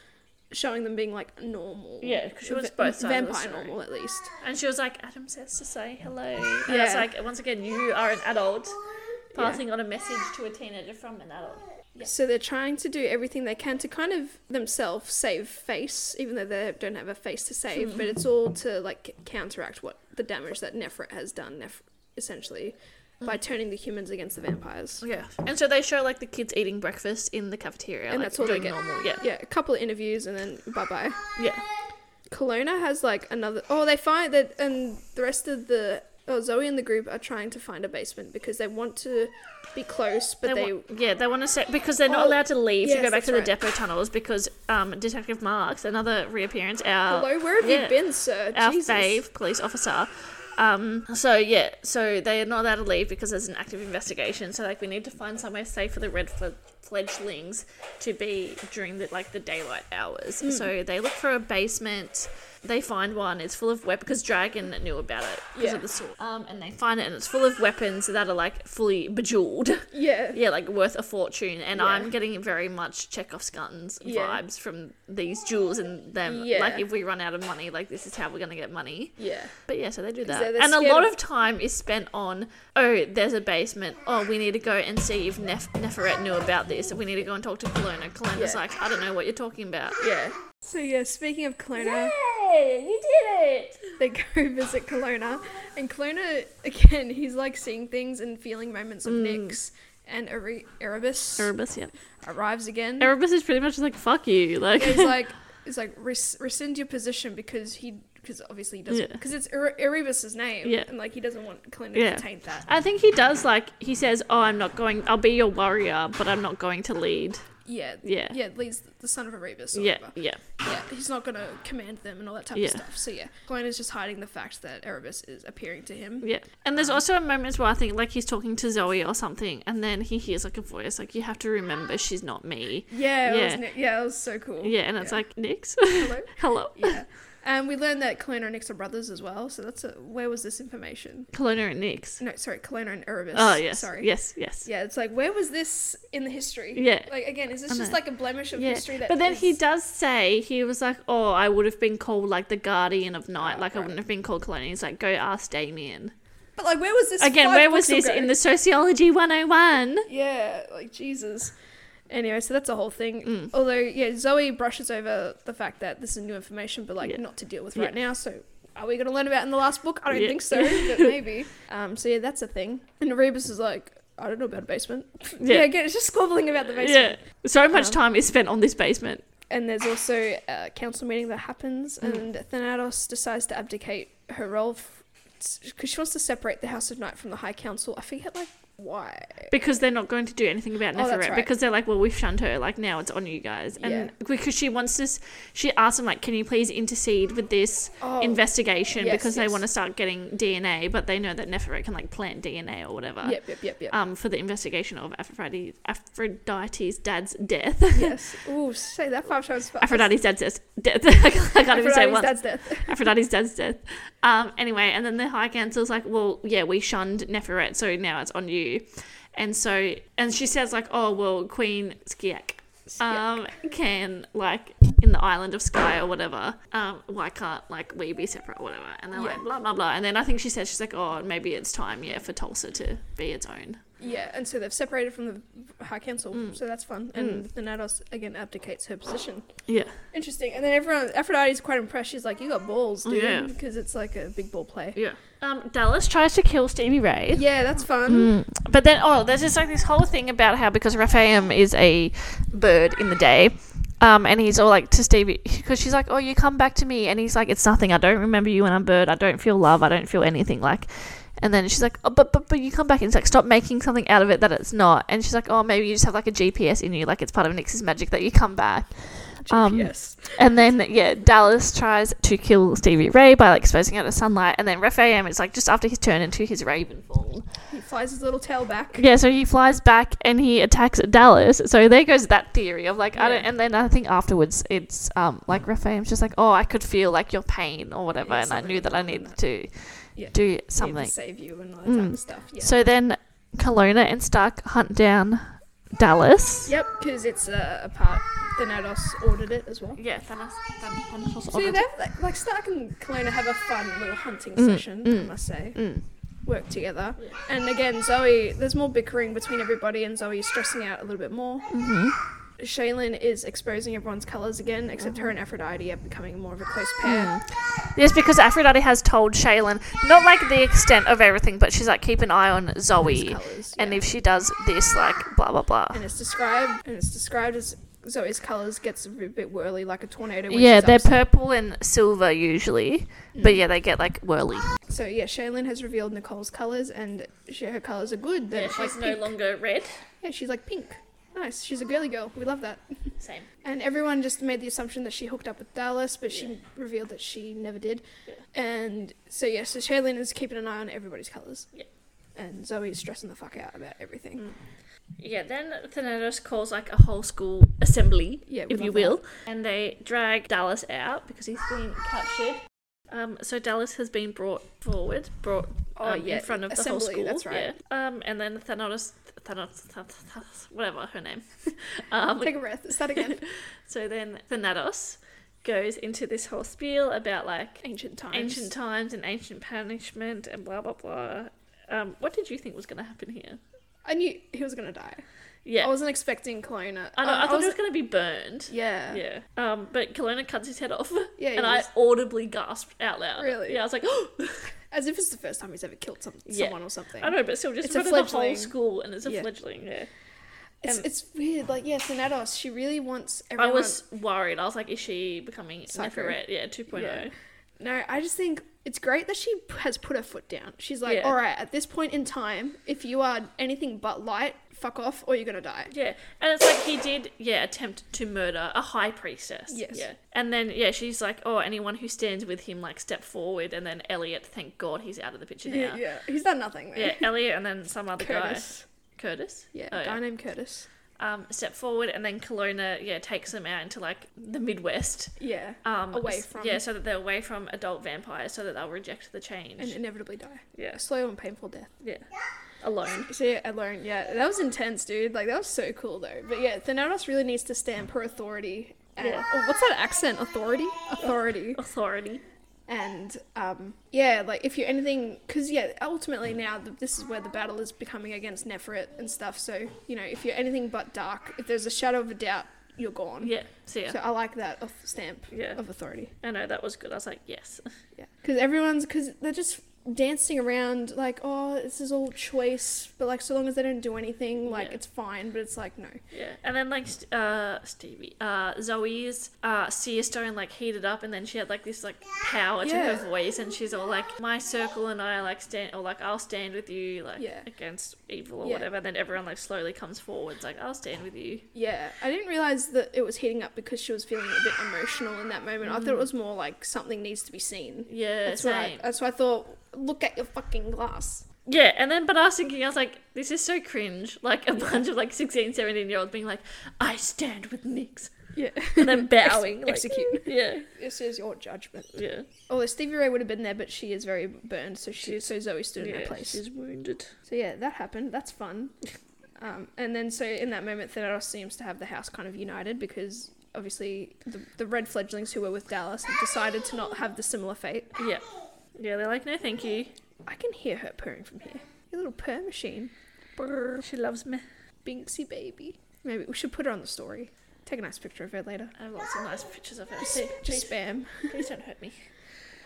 showing them being like normal.
Yeah, 'cause she wants
Va-
both sides of the
vampire
story.
normal at least.
And she was like, Adam says to say hello. And I was
Yeah.
like, once again, you are an adult passing on a message to a teenager from an adult.
So they're trying to do everything they can to kind of themselves save face, even though they don't have a face to save.
Hmm.
But it's all to like counteract what the damage that Nefert has done, Nef- essentially,
Mm.
by turning the humans against the vampires.
Yeah. And so they show like the kids eating breakfast in the cafeteria.
And
like,
that's all they
doing
get.
Normal. Yeah.
Yeah, a couple of interviews and then bye bye.
Yeah.
Kelowna has like another. Oh, they find that, and the rest of the. Oh, Zoe and the group are trying to find a basement because they want to be close, but they.
wa- yeah, they want to say because they're not
Oh,
allowed to leave to
yes,
go back
that's
to
right.
the depot tunnels because um, Detective Marks, another reappearance, our
Hello, where have
yeah.
you been, sir?
our
Jesus.
fave police officer. Um, so yeah, so they are not allowed to leave because there's an active investigation. So like we need to find somewhere safe for the red fl- fledglings to be during the like the daylight hours.
Hmm.
So they look for a basement. They find one. It's full of weapons because Dragon knew about it because
Yeah.
of the sword. Um, and they find it and it's full of weapons that are like fully bejeweled.
Yeah.
Yeah, like worth a fortune, and
Yeah.
I'm getting very much Chekhov's guns
Yeah.
vibes from these jewels and them.
Yeah.
Like if we run out of money, like this is how we're gonna get money.
Yeah.
But yeah, so they do
So
that,
they're
and a
scared
lot
of-
of time is spent on oh, there's a basement. Oh, we need to go and see if Nef- Neferet knew about this. We need to go and talk to Kelowna. Kelowna's
Yeah.
like, I don't know what you're talking about.
Yeah. So yeah, speaking of Kelowna,
Hey, you did it.
they go visit Kelowna, and Kelowna again, he's like seeing things and feeling moments of
Mm.
Nyx, and Ere- Erebus
Erebus, yeah.
arrives again.
Erebus is pretty much just like fuck you, like
he's like, he's like, "Res- rescind your position because he, because obviously he doesn't,
Yeah.
because it's Ere- Erebus's name,
Yeah.
and like he doesn't want Kelowna
Yeah.
to taint that.
I think he does like he says, "Oh, I'm not going. I'll be your warrior, but I'm not going to lead."
Yeah,
Yeah.
yeah. Leads the son of Erebus. Or
Yeah,
whatever.
yeah,
yeah. He's not gonna command them and all that type
Yeah.
of stuff. So yeah, Kelowna's just hiding the fact that Erebus is appearing to him.
yeah. And there's also a moment where I think like he's talking to Zoe or something, and then he hears like a voice like, "You have to remember, she's not me."
Yeah, it
Yeah.
Was, ni- yeah, it was so cool.
Yeah, and it's like Nix,
hello.
hello,
yeah, and Um, we learned that Kelowna and Nix are brothers as well. So that's a, where was this information?
Kelowna and Nix.
No, sorry, Kelowna and Erebus.
Oh yes,
sorry.
yes, yes.
Yeah, it's like where was this in the history?
Yeah.
like again, is this
I
just
know.
like a blemish of
Yeah.
history that?
But then he
is-
does say he was like, "Oh, I would have been called like the guardian of night.
Oh,
like I
right.
wouldn't have been called Kelowna." He's like, "Go ask Damien."
But like, where was this
Again,
five
where was
books
this in
ago?
the sociology 101?
Yeah, like Jesus. Anyway, so that's a whole thing.
Mm.
Although, yeah, Zoe brushes over the fact that this is new information, but like
Yeah.
not to deal with
Yeah.
right now. So, are we going to learn about it in the last book? I don't
Yeah.
think so, but maybe. Um, so yeah, that's a thing. And Rebus is like, I don't know about a basement.
Yeah.
Yeah, again, it's just squabbling about the basement.
Yeah. So much
Um,
time is spent on this basement.
And there's also a council meeting that happens,
Mm.
and Thanatos decides to abdicate her role because she wants to separate the House of Night from the High Council. I forget like why.
Because they're not going to do anything about
Oh, that's
Neferet.
right.
Because they're like, well, we've shunned her. Like, now it's on you guys. And
Yeah.
because she wants this, she asks them, like, can you please intercede with this
Oh,
investigation?
yes,
because they
yes.
want to start getting DNA, but they know that Neferet can, like, plant DNA or whatever.
Yep, yep, yep, yep.
Um, for the investigation of Aphrodite, Aphrodite's dad's death.
yes. Ooh, say that five times fast.
Aphrodite's dad's death. death. I can't even say it
Aphrodite's
once.
dad's death.
Aphrodite's dad's death. Um, anyway, and then the High Council's like, well, yeah, we shunned Neferet, so now it's on you. And so, and she says like, oh, well, Queen Skiak um, can like in the island of Sky or whatever. Um, why can't like we be separate or whatever? And they're like
Yeah.
blah blah blah. And then I think she says she's like, oh, maybe it's time, yeah, for Tulsa to be its own.
yeah, and so they've separated from the High Council,
Mm.
so that's fun. And Thanatos again abdicates her position.
Yeah,
Interesting. And then everyone, Aphrodite's quite impressed. She's like, "You got balls, dude,"
Oh, Yeah.
because it's like a big ball play.
yeah. Um, Dallas tries to kill Stevie Ray.
Yeah, that's fun.
Mm. But then, oh, there's just like this whole thing about how because Raphaim is a bird in the day, um, and he's all like to Stevie because she's like, "Oh, you come back to me," and he's like, "It's nothing. I don't remember you when I'm bird. I don't feel love. I don't feel anything." Like, and then she's like, "Oh, but but but you come back," and he's like, "Stop making something out of it that it's not." And she's like, "Oh, maybe you just have like a GPS in you. Like it's part of Nix's magic that you come back." Um,
yes.
And then, yeah, Dallas tries to kill Stevie Ray by like exposing her to sunlight, and then Raphaim is like just after his turn into his raven form.
He flies his little tail back.
Yeah, so he flies back and he attacks Dallas. So there goes that theory of like I don't.
Yeah. Mm.
And then I think afterwards, it's um like Raphaim's just like, oh, I could feel like your pain or whatever,
Yeah,
and I
something
knew that I
along
needed
that.
to
Yeah.
do
He had to
something.
save you and all that
Mm.
type of stuff. Yeah.
So then, Kelowna and Stark hunt down Dallas.
yep, because it's uh, a part. Thanatos ordered it as well.
Yeah, Thanos. Thanos
So they have, like, like Stark and Kelowna have a fun little hunting
Mm,
session, I
mm.
must say.
Mm.
Work together. And again, Zoe, there's more bickering between everybody, and Zoe is stressing out a little bit more.
hmm
Shaylin is exposing everyone's colours again, except her
Mm-hmm.
and Aphrodite are becoming more of a close
Mm.
pair.
Yes, because Aphrodite has told Shaylin not like the extent of everything, but she's like keep an eye on Zoe,
Colours,
and
yeah.
if she does this, like blah blah blah.
and it's described and it's described as Zoe's colors gets a bit whirly like a tornado. When
Yeah,
she's
they're
upset. Mm.
purple and silver usually, but yeah, they get like whirly.
so yeah, Shaylin has revealed Nicole's colors and she, her colors are good. They're like pink.
longer red.
yeah, she's like pink. Nice. She's a girly girl. We love that.
Same.
And everyone just made the assumption that she hooked up with Dallas, but she revealed that she never did. And so yeah, so Shaylin is keeping an eye on everybody's colors.
Yeah. Mm.
And Zoe is stressing the fuck out about everything.
Yeah, then Thanatos calls like a whole school assembly,
Yeah, we
if you
love
will, and they drag Dallas out because he's been captured. Um, so Dallas has been brought forward, brought
Oh,
um,
yeah,
in front of the whole
assembly,
school.
that's right.
Yeah. Um, and then Thanatos, Thanatos, Thanatos whatever her name. um,
Take a breath. Start again.
so then Thanatos goes into this whole spiel about like
Ancient times.
ancient times and ancient punishment and blah blah blah. Um, what did you think was going to happen here?
I knew he was gonna die. I
Yeah,
wasn't expecting Kelowna.
I, know,
Um,
I thought
was-
it was going to be burned.
Yeah.
Yeah. Um, but Kelowna cuts his head off,
Yeah,
and
he
I
was-
audibly gasped out loud.
Really?
Yeah, I was like, oh,
As if it's the first time he's ever killed some-
Yeah.
someone or something.
I know, but still, just
It's a
in front of the whole
fledgling.
school, and it's a
Yeah.
fledgling. Yeah.
It's,
Um,
it's weird. Like, yeah, Thanatos, she really wants
I
everyone.
was worried. I was like, is she becoming
Psycho.
Neferet? Yeah, oh. 2.0.
Yeah. No, I just think it's great that she p- has put her foot down. She's like,
Yeah.
all right, at this point in time, if you are anything but light, fuck off or you're going to die.
Yeah, and it's like he did, yeah, attempt to murder a high priestess.
Yes.
Yeah, and then yeah, she's like, oh, anyone who stands with him, like, step forward. And then Elliot, thank God, he's out of the picture now. Yeah,
He's done nothing, though.
Elliot, and then some other
Curtis.
guy, Curtis.
Yeah,
Oh,
a guy named Curtis.
Um, step forward, and then Kelowna, yeah, takes them out into like the Midwest.
Yeah.
Um,
Away
s-
from-
yeah, so that they're away from adult vampires, so that they'll reject the change.
and inevitably die.
yeah,
A slow and painful death.
yeah, alone.
So yeah, alone. Yeah, that was intense, dude. Like that was so cool though. But yeah, Thanatos really needs to stand per authority. And,
Yeah.
Oh, what's that accent? Authority. Authority.
Authority.
And um, yeah, like if you're anything, because yeah, ultimately now th- this is where the battle is becoming against Neferet and stuff. So you know, if you're anything but dark, if there's a shadow of a doubt, you're gone.
Yeah, so yeah,
So I like that of stamp
Yeah.
of authority.
I know that was good. I was like, yes.
Yeah. Because everyone's because they're just dancing around like, oh, this is all choice, but like so long as they don't do anything, like
Yeah.
it's fine. But it's like no.
Yeah, and then like st- uh Stevie, uh Zoe's uh seer stone like heated up, and then she had like this like power to
Yeah.
her voice, and she's all like, "My circle and I like stand, or like I'll stand with you, like
Yeah.
against evil or
Yeah.
whatever." And then everyone like slowly comes forwards, like, "I'll stand with you."
Yeah, I didn't realize that it was heating up because she was feeling a bit emotional in that moment. I thought
Mm.
it was more like something needs to be seen.
Yeah,
That's
same.
what I, that's what I thought. Look at your fucking glass.
Yeah, and then but I was thinking, I was like, this is so cringe. Like a bunch of like 16, 17 year olds being like, I stand with Nix.
Yeah.
And then bowing. like,
execute.
Yeah,
This is your judgment.
yeah.
Although Stevie Ray would have been there, but she is very burned, so she so Zoe stood in her
yeah
place.
she's wounded.
So yeah, that happened. That's fun. Um, and then so in that moment, Thanatos seems to have the house kind of united because obviously the, the red fledglings who were with Dallas have decided to not have the similar fate.
Yeah. Yeah, they're like, no, thank you.
I can hear her purring from here. Your little purr machine,
Brr, she loves me.
Binksy baby. Maybe we should put her on the story. Take a nice picture of her later.
I have lots of nice pictures of her.
Just,
Hey,
just
please,
spam.
please don't hurt me.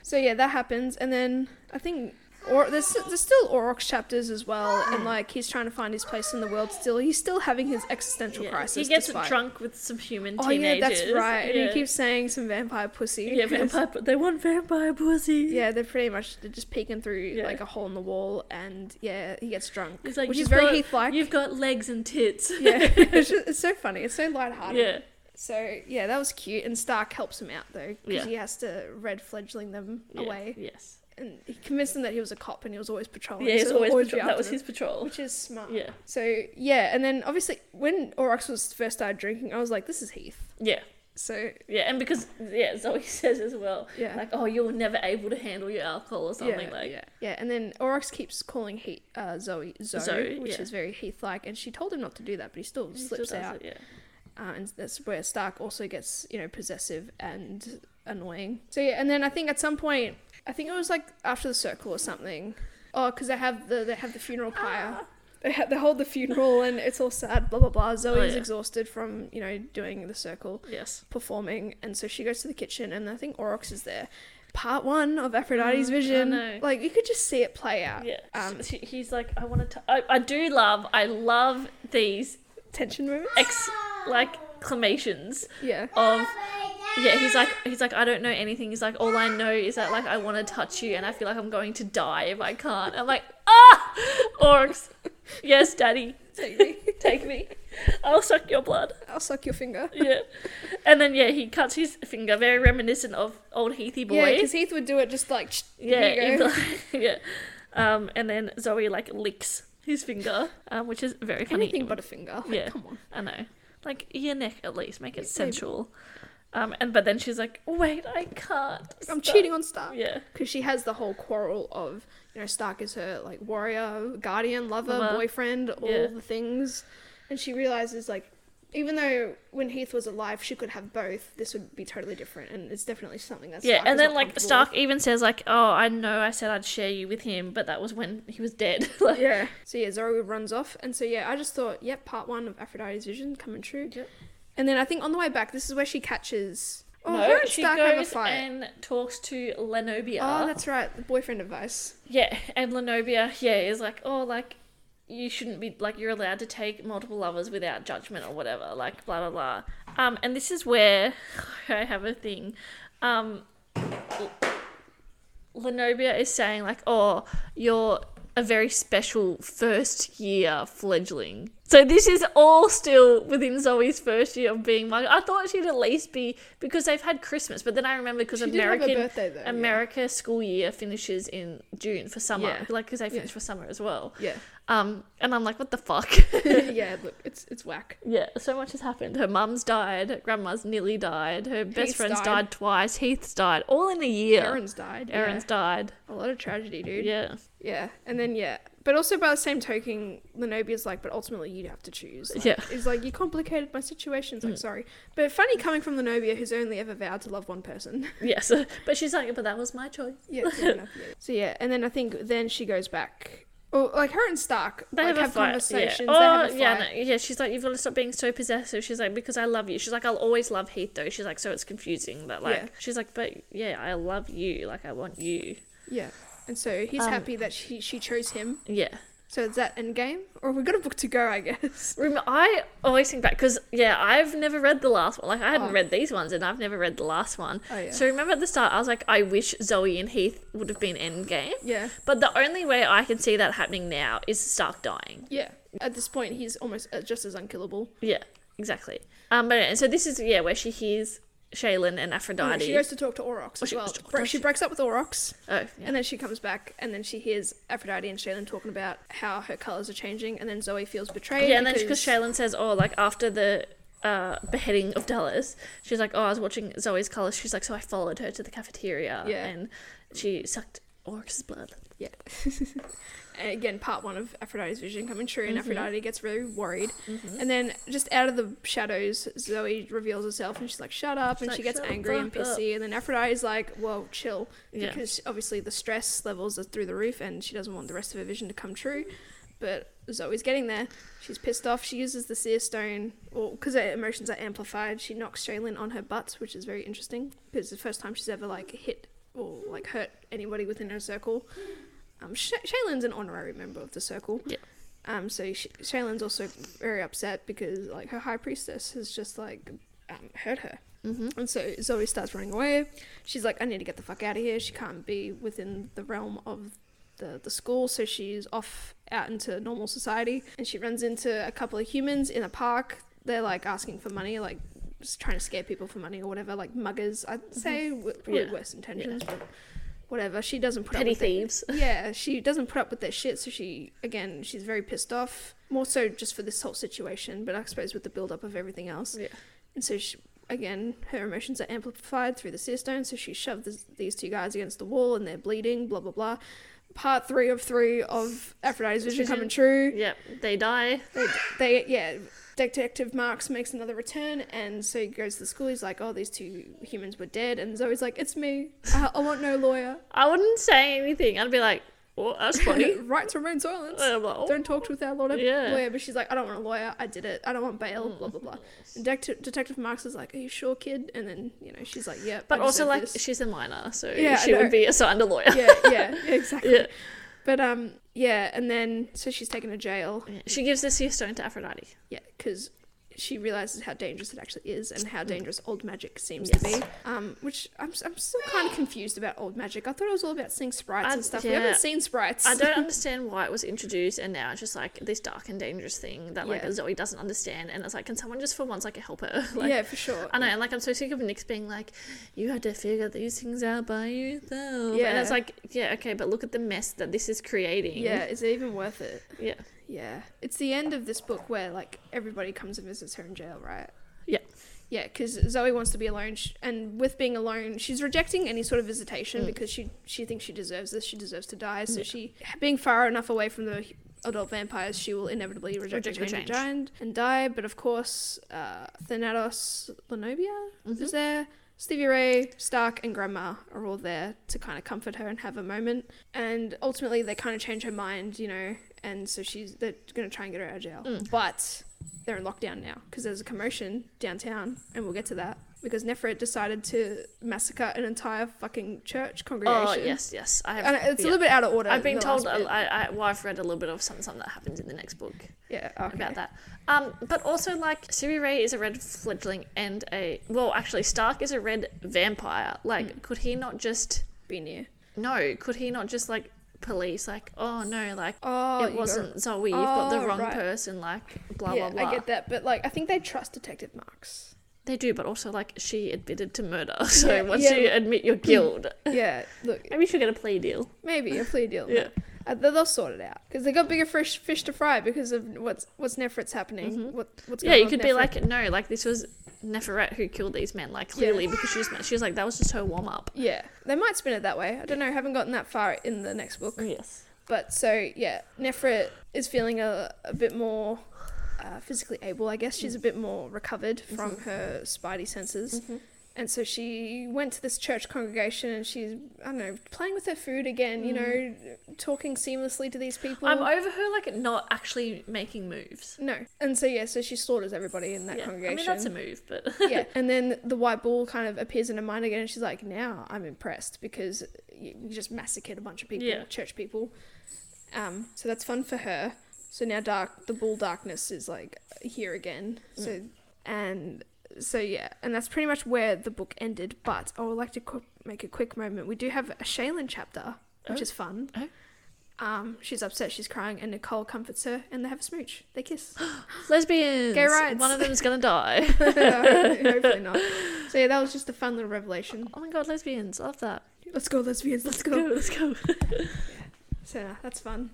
So yeah, that happens, and then I think or there's there's still Aurochs chapters as well,
Hmm.
and like he's trying to find his place in the world. Still, he's still having his existential
Yeah.
crisis.
He gets
despite-
drunk with some human
Oh yeah,
teenagers.
that's right. And
Yeah,
he keeps saying some vampire pussy.
yeah
'cause-
vampire. pu- They want vampire pussy.
Yeah, they're pretty much they're just peeking through
Yeah.
like a hole in the wall, and yeah, he gets drunk,
He's like,
which
"You've
is very
got-
Heath-like.
You've got legs and tits.
Yeah, it's, just- it's so funny. It's so lighthearted.
Yeah.
So yeah, that was cute. And Stark helps him out though because
Yeah.
he has to red fledgling them
yeah.
away,
Yes.
and he convinced them that he was a cop and he was always patrolling.
Yeah,
so
he's
they'll
always,
be
patrol. That
after
was
them,
his patrol.
which is smart.
Yeah.
So yeah, and then obviously when Aurochs was first started drinking, I was like, this is Heath.
Yeah.
So
Yeah, and because yeah, Zoe says as well,
Yeah.
like, oh, you're never able to handle your alcohol or something
yeah,
like.
yeah, yeah. And then Aurochs keeps calling he, uh, Zoe Zoe,
Zoe,
which
yeah.
is very Heath-like, and she told him not to do that, but he still
She
slips
does it,
out,
yeah.
uh, and that's where Stark also gets you know possessive and annoying. So yeah, and then I think at some point, I think it was like after the circle or something. Oh, because they have the they have the funeral pyre.
Ah.
They, ha- they hold the funeral and it's all sad, blah blah blah. Zoe's
Oh, yeah.
exhausted from you know doing the circle
Yes.
performing, and so she goes to the kitchen, and I think Aurochs is there. Part one of Aphrodite's vision,
Mm, know.
like you could just see it play out.
Yeah.
Um,
She- he's like, I wanted to. I, I do love. I love these
tension moments.
ex like clamations
Yeah,
of. Yeah, he's like he's like I don't know anything. He's like all I know is that like I want to touch you and I feel like I'm going to die if I can't. I'm like ah, orcs, yes, daddy,
take me.
take me, I'll suck your blood.
I'll suck your finger.
yeah. And then yeah, he cuts his finger, very reminiscent of old Heathy boy.
Yeah, because Heath would do it just like. "Shh,
Yeah,
here you go."
he'd be like- yeah. Um, and then Zoe like licks his finger, um, which is very funny.
anything but a finger. Like,
Yeah.
come on.
I know, like your neck at least, make it
Yeah, maybe.
sensual. Um, and but then she's like, wait, I can't.
I'm
stop."
cheating on Stark
Yeah,
because she has the whole quarrel of you know Stark is her like warrior, guardian, lover,
Lover.
boyfriend, all
Yeah.
the things, and she realizes like. Even though when Heath was alive, she could have both. This would be totally different, and it's definitely something that's
yeah.
Stark
And
is
then
not
like
comfortable
Stark even says like, oh, I know, I said I'd share you with him, but that was when he was dead. like,
yeah. So yeah, Zoe runs off, and so yeah, I just thought, yep, part one of Aphrodite's vision coming true.
Yep.
And then I think on the way back, this is where she catches. Oh, her
no,
and
she
Stark have a
goes
fight.
and talks to Lenobia.
Oh, that's right, the boyfriend advice.
Yeah, and Lenobia, yeah, is like, oh, like, you shouldn't be, like, you're allowed to take multiple lovers without judgment or whatever, like, blah, blah, blah. Um, and this is where I have a thing. Um, L- Lenobia is saying, like, oh, you're a very special first year fledgling. So this is all still within Zoe's first year of being my. I thought she'd at least be because they've had Christmas, but then I remember because
She did have a
American
birthday, though, yeah.
America school year finishes in June for summer,
Yeah.
Like 'cause like because they
Yeah.
finish for summer as well.
Yeah,
Um, and I'm like, what the fuck?
yeah. Look, it's it's whack.
yeah, so much has happened. Her mum's died, her grandma's nearly died, her best
Heath's
friend's died.
died.
twice, Heath's died, all in a year.
Aaron's died.
Aaron's died.
yeah. a lot of tragedy, dude. Yeah.
Yeah,
and then yeah, but also by the same token, Lenobia's like, but ultimately you have to choose. Like,
Yeah. Mm.
it's like you complicated my situation. It's like sorry, but funny coming from Lenobia, who's only ever vowed to love one person.
yes. but she's like, but that was my choice.
Yeah, fair enough, yeah. So yeah, and then I think then she goes back. Oh, like her and Stark
They
like,
have, a fight.
conversations.
Yeah. Oh,
they have a fight.
yeah, no, yeah. She's like, you've got to stop being so possessive. She's like, because I love you. She's like, I'll always love Heath though. She's like, so it's confusing, but like,
Yeah.
she's like, but yeah, I love you. Like, I want you.
Yeah. and so he's
Um,
happy that she she chose him.
Yeah.
So is that Endgame, or we've got a book to go, I guess.
Rem- I always think back because yeah, I've never read the last one. Like I hadn't
Oh.
read these ones, and I've never read the last one.
Oh, yeah.
So remember at the start, I was like, I wish Zoe and Heath would have been Endgame.
Yeah,
But the only way I can see that happening now is Stark dying.
yeah. At this point, he's almost uh, just as unkillable.
Yeah, exactly. Um, but anyway, so this is yeah where she hears Shaylin and
Oh,
Aphrodite.
She goes to talk to Aurochs as
she-
well.
oh,
Bre-
does
she
she?
breaks up with Aurochs,
oh, yeah.
and then she comes back, and then she hears Aphrodite and Shaylin talking about how her colors are changing, and then Zoe feels betrayed.
Yeah, and then because Shaylin says, oh, like after the uh, beheading of Dallas, she's like, oh, I was watching Zoe's colors. She's like, so I followed her to the cafeteria.
Yeah.
And she sucked Oryx's blood.
Yeah. And uh, again, part one of Aphrodite's vision coming true, and
Mm-hmm.
Aphrodite gets very worried. And then, just out of the shadows, Zoe reveals herself, and she's like, "Shut up!" and
like,
she gets
"Shut
angry
the
and
fuck up."
pissy. And then Aphrodite's like, "Whoa, chill,"
Yeah.
because obviously the stress levels are through the roof, and she doesn't want the rest of her vision to come true. But Zoe's getting there. She's pissed off. She uses the seer stone, or because her emotions are amplified, she knocks Shaylin on her butts, which is very interesting because it's the first time she's ever like hit or like hurt anybody within her circle. Um, Sh- Shaylin's an honorary member of the circle.
Yeah.
Um, so Sh- Shaylin's also very upset because like her high priestess has just like um, hurt her.
Mm-hmm.
And so Zoe starts running away. She's like, I need to get the fuck out of here. She can't be within the realm of the, the school. So she's off out into normal society. And she runs into a couple of humans in a park. They're like asking for money, like just trying to scare people for money or whatever, like muggers, I'd say, with probably
Mm-hmm. Yeah.
worse intentions, but whatever. She doesn't put up
Petty
with it
thieves.
yeah, she doesn't put up with their shit, so she again, she's very pissed off. More so just for this whole situation, but I suppose with the build up of everything else.
Yeah.
And so she, again, her emotions are amplified through the seer stone, so she shoved this, these two guys against the wall and they're bleeding, blah blah blah. Part three of three of Aphrodite's vision
Vision.
coming true.
Yep, they die.
They, they yeah, Detective Marks makes another return, and so he goes to the school. He's like, "Oh, these two humans were dead," and Zoe's like, "It's me. I, I want no lawyer.
I wouldn't say anything. I'd be like, oh, that's funny.
right to remain silent."
I'm like, "Oh."
don't talk to without lawyer.
Yeah. Mm.
lawyer. But she's like, I don't want a lawyer. I did it. I don't want bail. Blah blah blah. And Detective, Detective Marks is like, Are you sure, kid? And then you know she's like, Yeah.
But
I
also,
deserve
like,
this."
she's a minor, so
Yeah, I
she
know.
would be assigned a lawyer.
yeah, yeah, yeah, exactly.
Yeah.
But um, yeah, and then so she's taken to jail.
She gives the sea stone to Aphrodite.
Yeah, because she realizes how dangerous it actually is and how dangerous old magic seems to
Mm. Yes.
be. Um, which I'm, s- I'm still kind of confused about old magic. I thought it was all about seeing sprites
I-
and stuff. We
yeah.
haven't seen sprites.
I don't understand why it was introduced, and now it's just like this dark and dangerous thing that like
Yeah.
Zoe doesn't understand, and it's like, can someone just for once like help her? Like,
yeah, for sure.
I know, and like I'm so sick of Nick's being like, you had to figure these things out by yourself. Yeah. And
Yeah.
it's like, yeah, okay, but look at the mess that this is creating.
Yeah, is it even worth it?
Yeah.
Yeah. It's the end of this book where, like, everybody comes and visits her in jail, right?
Yeah.
Yeah, because Zoe wants to be alone, sh- and with being alone, she's rejecting any sort of
Mm.
visitation because she she thinks she deserves this. She deserves to die. So she, being far enough away from the adult vampires, she will inevitably reject,
Reject
the
the
change.
change.
giant and die. But of course, uh, Thanatos Lenobia
Mm-hmm.
is there. Stevie Ray, Stark, and Grandma are all there to kind of comfort her and have a moment. And ultimately, they kind of change her mind, you know, and so she's they're going to try and get her out of jail.
Mm.
But they're in lockdown now because there's a commotion downtown, and we'll get to that because Nefert decided to massacre an entire fucking church congregation.
Oh yes, yes. I have.
And it's
yeah.
a little bit out of order.
I've been
the
told.
last bit.
I, I, well, I've read a little bit of something, something that happens in the next book.
yeah, okay.
about that. Um, but also, like, Siri Ray is a red fledgling and a. Well, actually, Stark is a red vampire.
Hmm.
Like, could he not just.
Be near.
No, could he not just, like, police, like, oh no, like,
Oh,
it
you got-
wasn't Zoe, you've got the
Oh,
wrong
right.
person, like, blah,
yeah,
blah, blah.
I get that, but like I think they trust Detective Marks.
They do, but also, like, she admitted to murder. So
Yeah,
once
yeah.
you admit your guilt,
Yeah, look,
maybe she'll get a plea deal.
maybe a plea deal.
Yeah.
Uh, they- they'll sort it out because they got bigger fish fish to fry because of what's what's Nefert's happening. What what's
Mm-hmm. Yeah,
going
you
on
could
with
be
Nefert.
like, no, like, this was Neferet who killed these men, like, clearly, because she was, she was like, that was just her warm up.
yeah, they might spin it that way. I don't know. Haven't gotten that far in the next book,
Yes.
but so yeah, Nefert is feeling a a bit more.
Mm-hmm.
Uh, physically able, I guess she's a bit more recovered from her spidey senses, And so she went to this church congregation and she's, I don't know, playing with her food again, you know, talking seamlessly to these people.
Mm. I'm over her like not actually making moves.
no. And so, yeah, so she slaughters everybody in that
Yeah. I
congregation.
mean that's a move, but
yeah. And then the white bull kind of appears in her mind again, and she's like, "Now I'm impressed because you you just massacred a bunch of people,
Yeah.
church people." Um, so that's fun for her. So now dark, the bull darkness is like here again. So
Mm.
and so yeah, and that's pretty much where the book ended. But I would like to qu- make a quick moment. We do have a Shaylin chapter, which
Oh.
is fun.
Oh.
Um, she's upset, she's crying, and Nicole comforts her, and they have a smooch. They kiss.
lesbians.
Gay rights.
One of them's gonna die.
Hopefully not. So yeah, that was just a fun little revelation.
oh my god, lesbians! Love that.
Let's go, lesbians. Let's
Go,
go.
let's go.
So yeah, that's fun.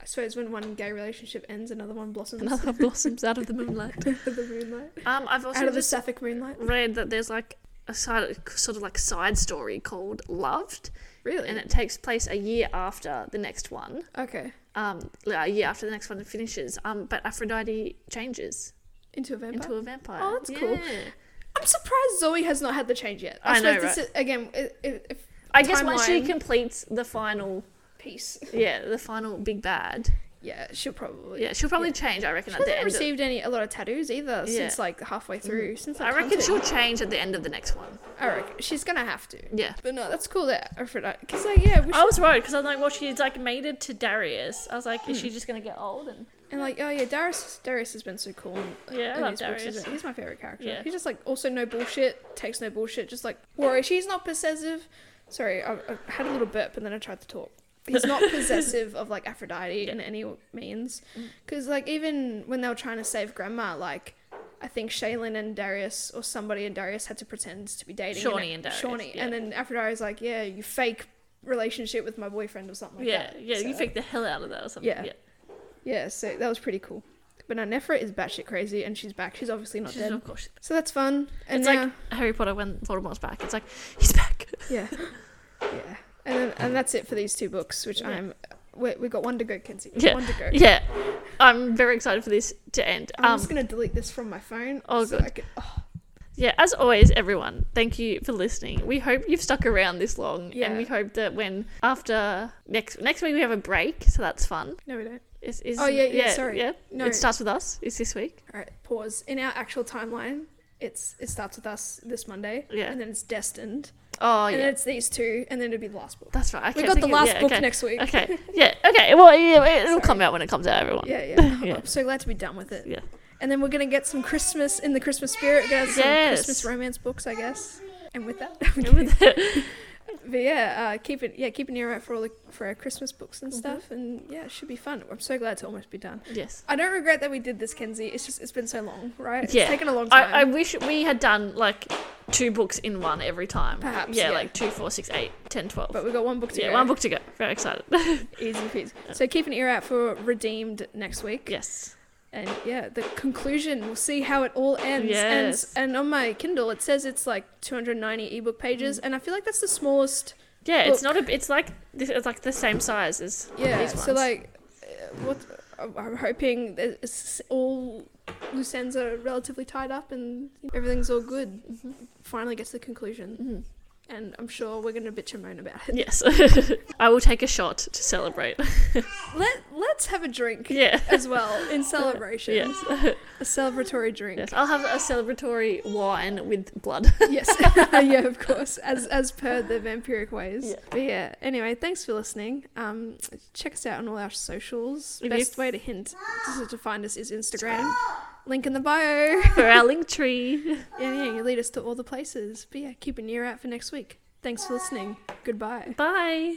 I suppose when one gay relationship ends, another one blossoms out
Another blossoms out of the moonlight.
of the moonlight,
Um, I've also
out of the
just
sapphic moonlight.
read that there's like a side, sort of like side story called Loved,
Really?
and it takes place a year after the next one.
okay.
Um, a year after the next one finishes. Um, but Aphrodite changes
Into a vampire.
into a vampire.
Oh, that's cool.
Yeah.
I'm surprised Zoe has not had the change yet. I,
I know,
suppose this is again i- i- if
I guess once she
Timeline.
completes the final,
peace.
yeah, the final big bad,
Yeah, she'll probably.
yeah, she'll probably change. I reckon
She
at the
hasn't
end. of-
received any a lot of tattoos either
Yeah. Mm.
since like halfway through. Since like,
I reckon
Hunted.
she'll change at the end of the next one.
I reckon she's gonna have to.
Yeah.
But no, that's cool that Aphrodite. Because like yeah, we
I was worried because I'm like, well, she's like mated to Darius. I was like, is she just gonna get old? And
And like, oh yeah, Darius Darius has been so cool. In,
Yeah, I
in
love
his books,
Darius.
isn't he? He's my favorite character.
Yeah.
He's just like also no bullshit, takes no bullshit, just like worry. She's not possessive. Sorry, I, I had a little burp and then I tried to talk. He's not possessive of like Aphrodite in any means,
Mm.
because like even when they were trying to save Grandma, like I think Shaylin and Darius or somebody and Darius had to pretend to be dating.
Shawnee and Darius,
Shawnee,
yeah.
and then Aphrodite's like, yeah, you fake relationship with my boyfriend or something like
yeah,
that.
yeah, you
So-
fake the hell out of that or something.
Yeah.
yeah.
yeah, so that was pretty cool. But now Nefra is batshit crazy and she's back. She's obviously not
She's
dead.
of course.
So that's fun. And
It's
now,
like Harry Potter when Voldemort's back. It's like he's back.
yeah. Yeah. And then, and that's it for these two books, which
Yeah.
I'm we we got one to go, Kenzie.
Yeah.
One to go.
Yeah, I'm very excited for this to end.
I'm
Um,
just gonna delete this from my phone.
Oh,
so
good.
I could- oh,
yeah, as always, everyone, thank you for listening. We hope you've stuck around this long,
Yeah.
and we hope that when after next next week we have a break, so that's fun.
no, we don't.
Is, is,
Oh, yeah, yeah, sorry.
yeah.
No.
It starts with us. It's this week.
All right. Pause. In our actual timeline, it's it starts with us this Monday.
Yeah.
And then it's destined.
Oh
and
yeah,
then it's these two, and then it'll be the last book.
that's right. I
we
kept
got the
thinking-
last
yeah,
book
okay.
next week.
Okay. Yeah. Okay. Well, yeah, it- it'll
Sorry.
come out when it comes out, everyone.
Yeah, yeah.
Yeah.
I'm so glad to be done with it.
Yeah.
And then we're gonna get some Christmas in the Christmas spirit. We're gonna have some
Yes.
Christmas romance books, I guess. And with that, but yeah, uh, keep it. Yeah, keep an ear out for all the, for our Christmas books
Mm-hmm.
and stuff. And yeah, it should be fun. I'm so glad to almost be done.
yes.
I don't regret that we did this, Kenzie. It's just it's been so long, right?
Yeah.
It's taken a long time.
I, I wish we had done like two books in one every time.
Perhaps,
Yeah,
yeah.
like two, four, six, eight, ten, twelve.
but we got one book to
yeah,
go.
one book to go. Very excited.
Easy peasy. So keep an ear out for Redeemed next week.
yes.
And yeah, the conclusion. We'll see how it all ends.
Yes.
And, and on my Kindle, it says it's like 290 ebook pages,
Mm.
and I feel like that's the smallest.
Yeah, it's not a. It's like this. It's like the same size as
Yeah.
These
So
ones.
like, uh, what I'm- I'm hoping that it's all loose ends are relatively tied up and everything's all good. Finally gets to the conclusion,
Mhm.
and I'm sure we're gonna bitch and moan about it.
Yes. I will take a shot to celebrate.
Let Let's have a drink
yeah.
as well in celebration.
Yes.
A celebratory drink.
yes. I'll have a celebratory wine with blood.
yes yeah of course as as per the vampiric ways
Yeah.
but yeah anyway thanks for listening um check us out on all our socials
If you-
best way to hint to, to find us is instagram link in the bio
For our link tree.
yeah yeah you lead us to all the places but yeah keep an ear out for next week thanks for listening goodbye
Bye.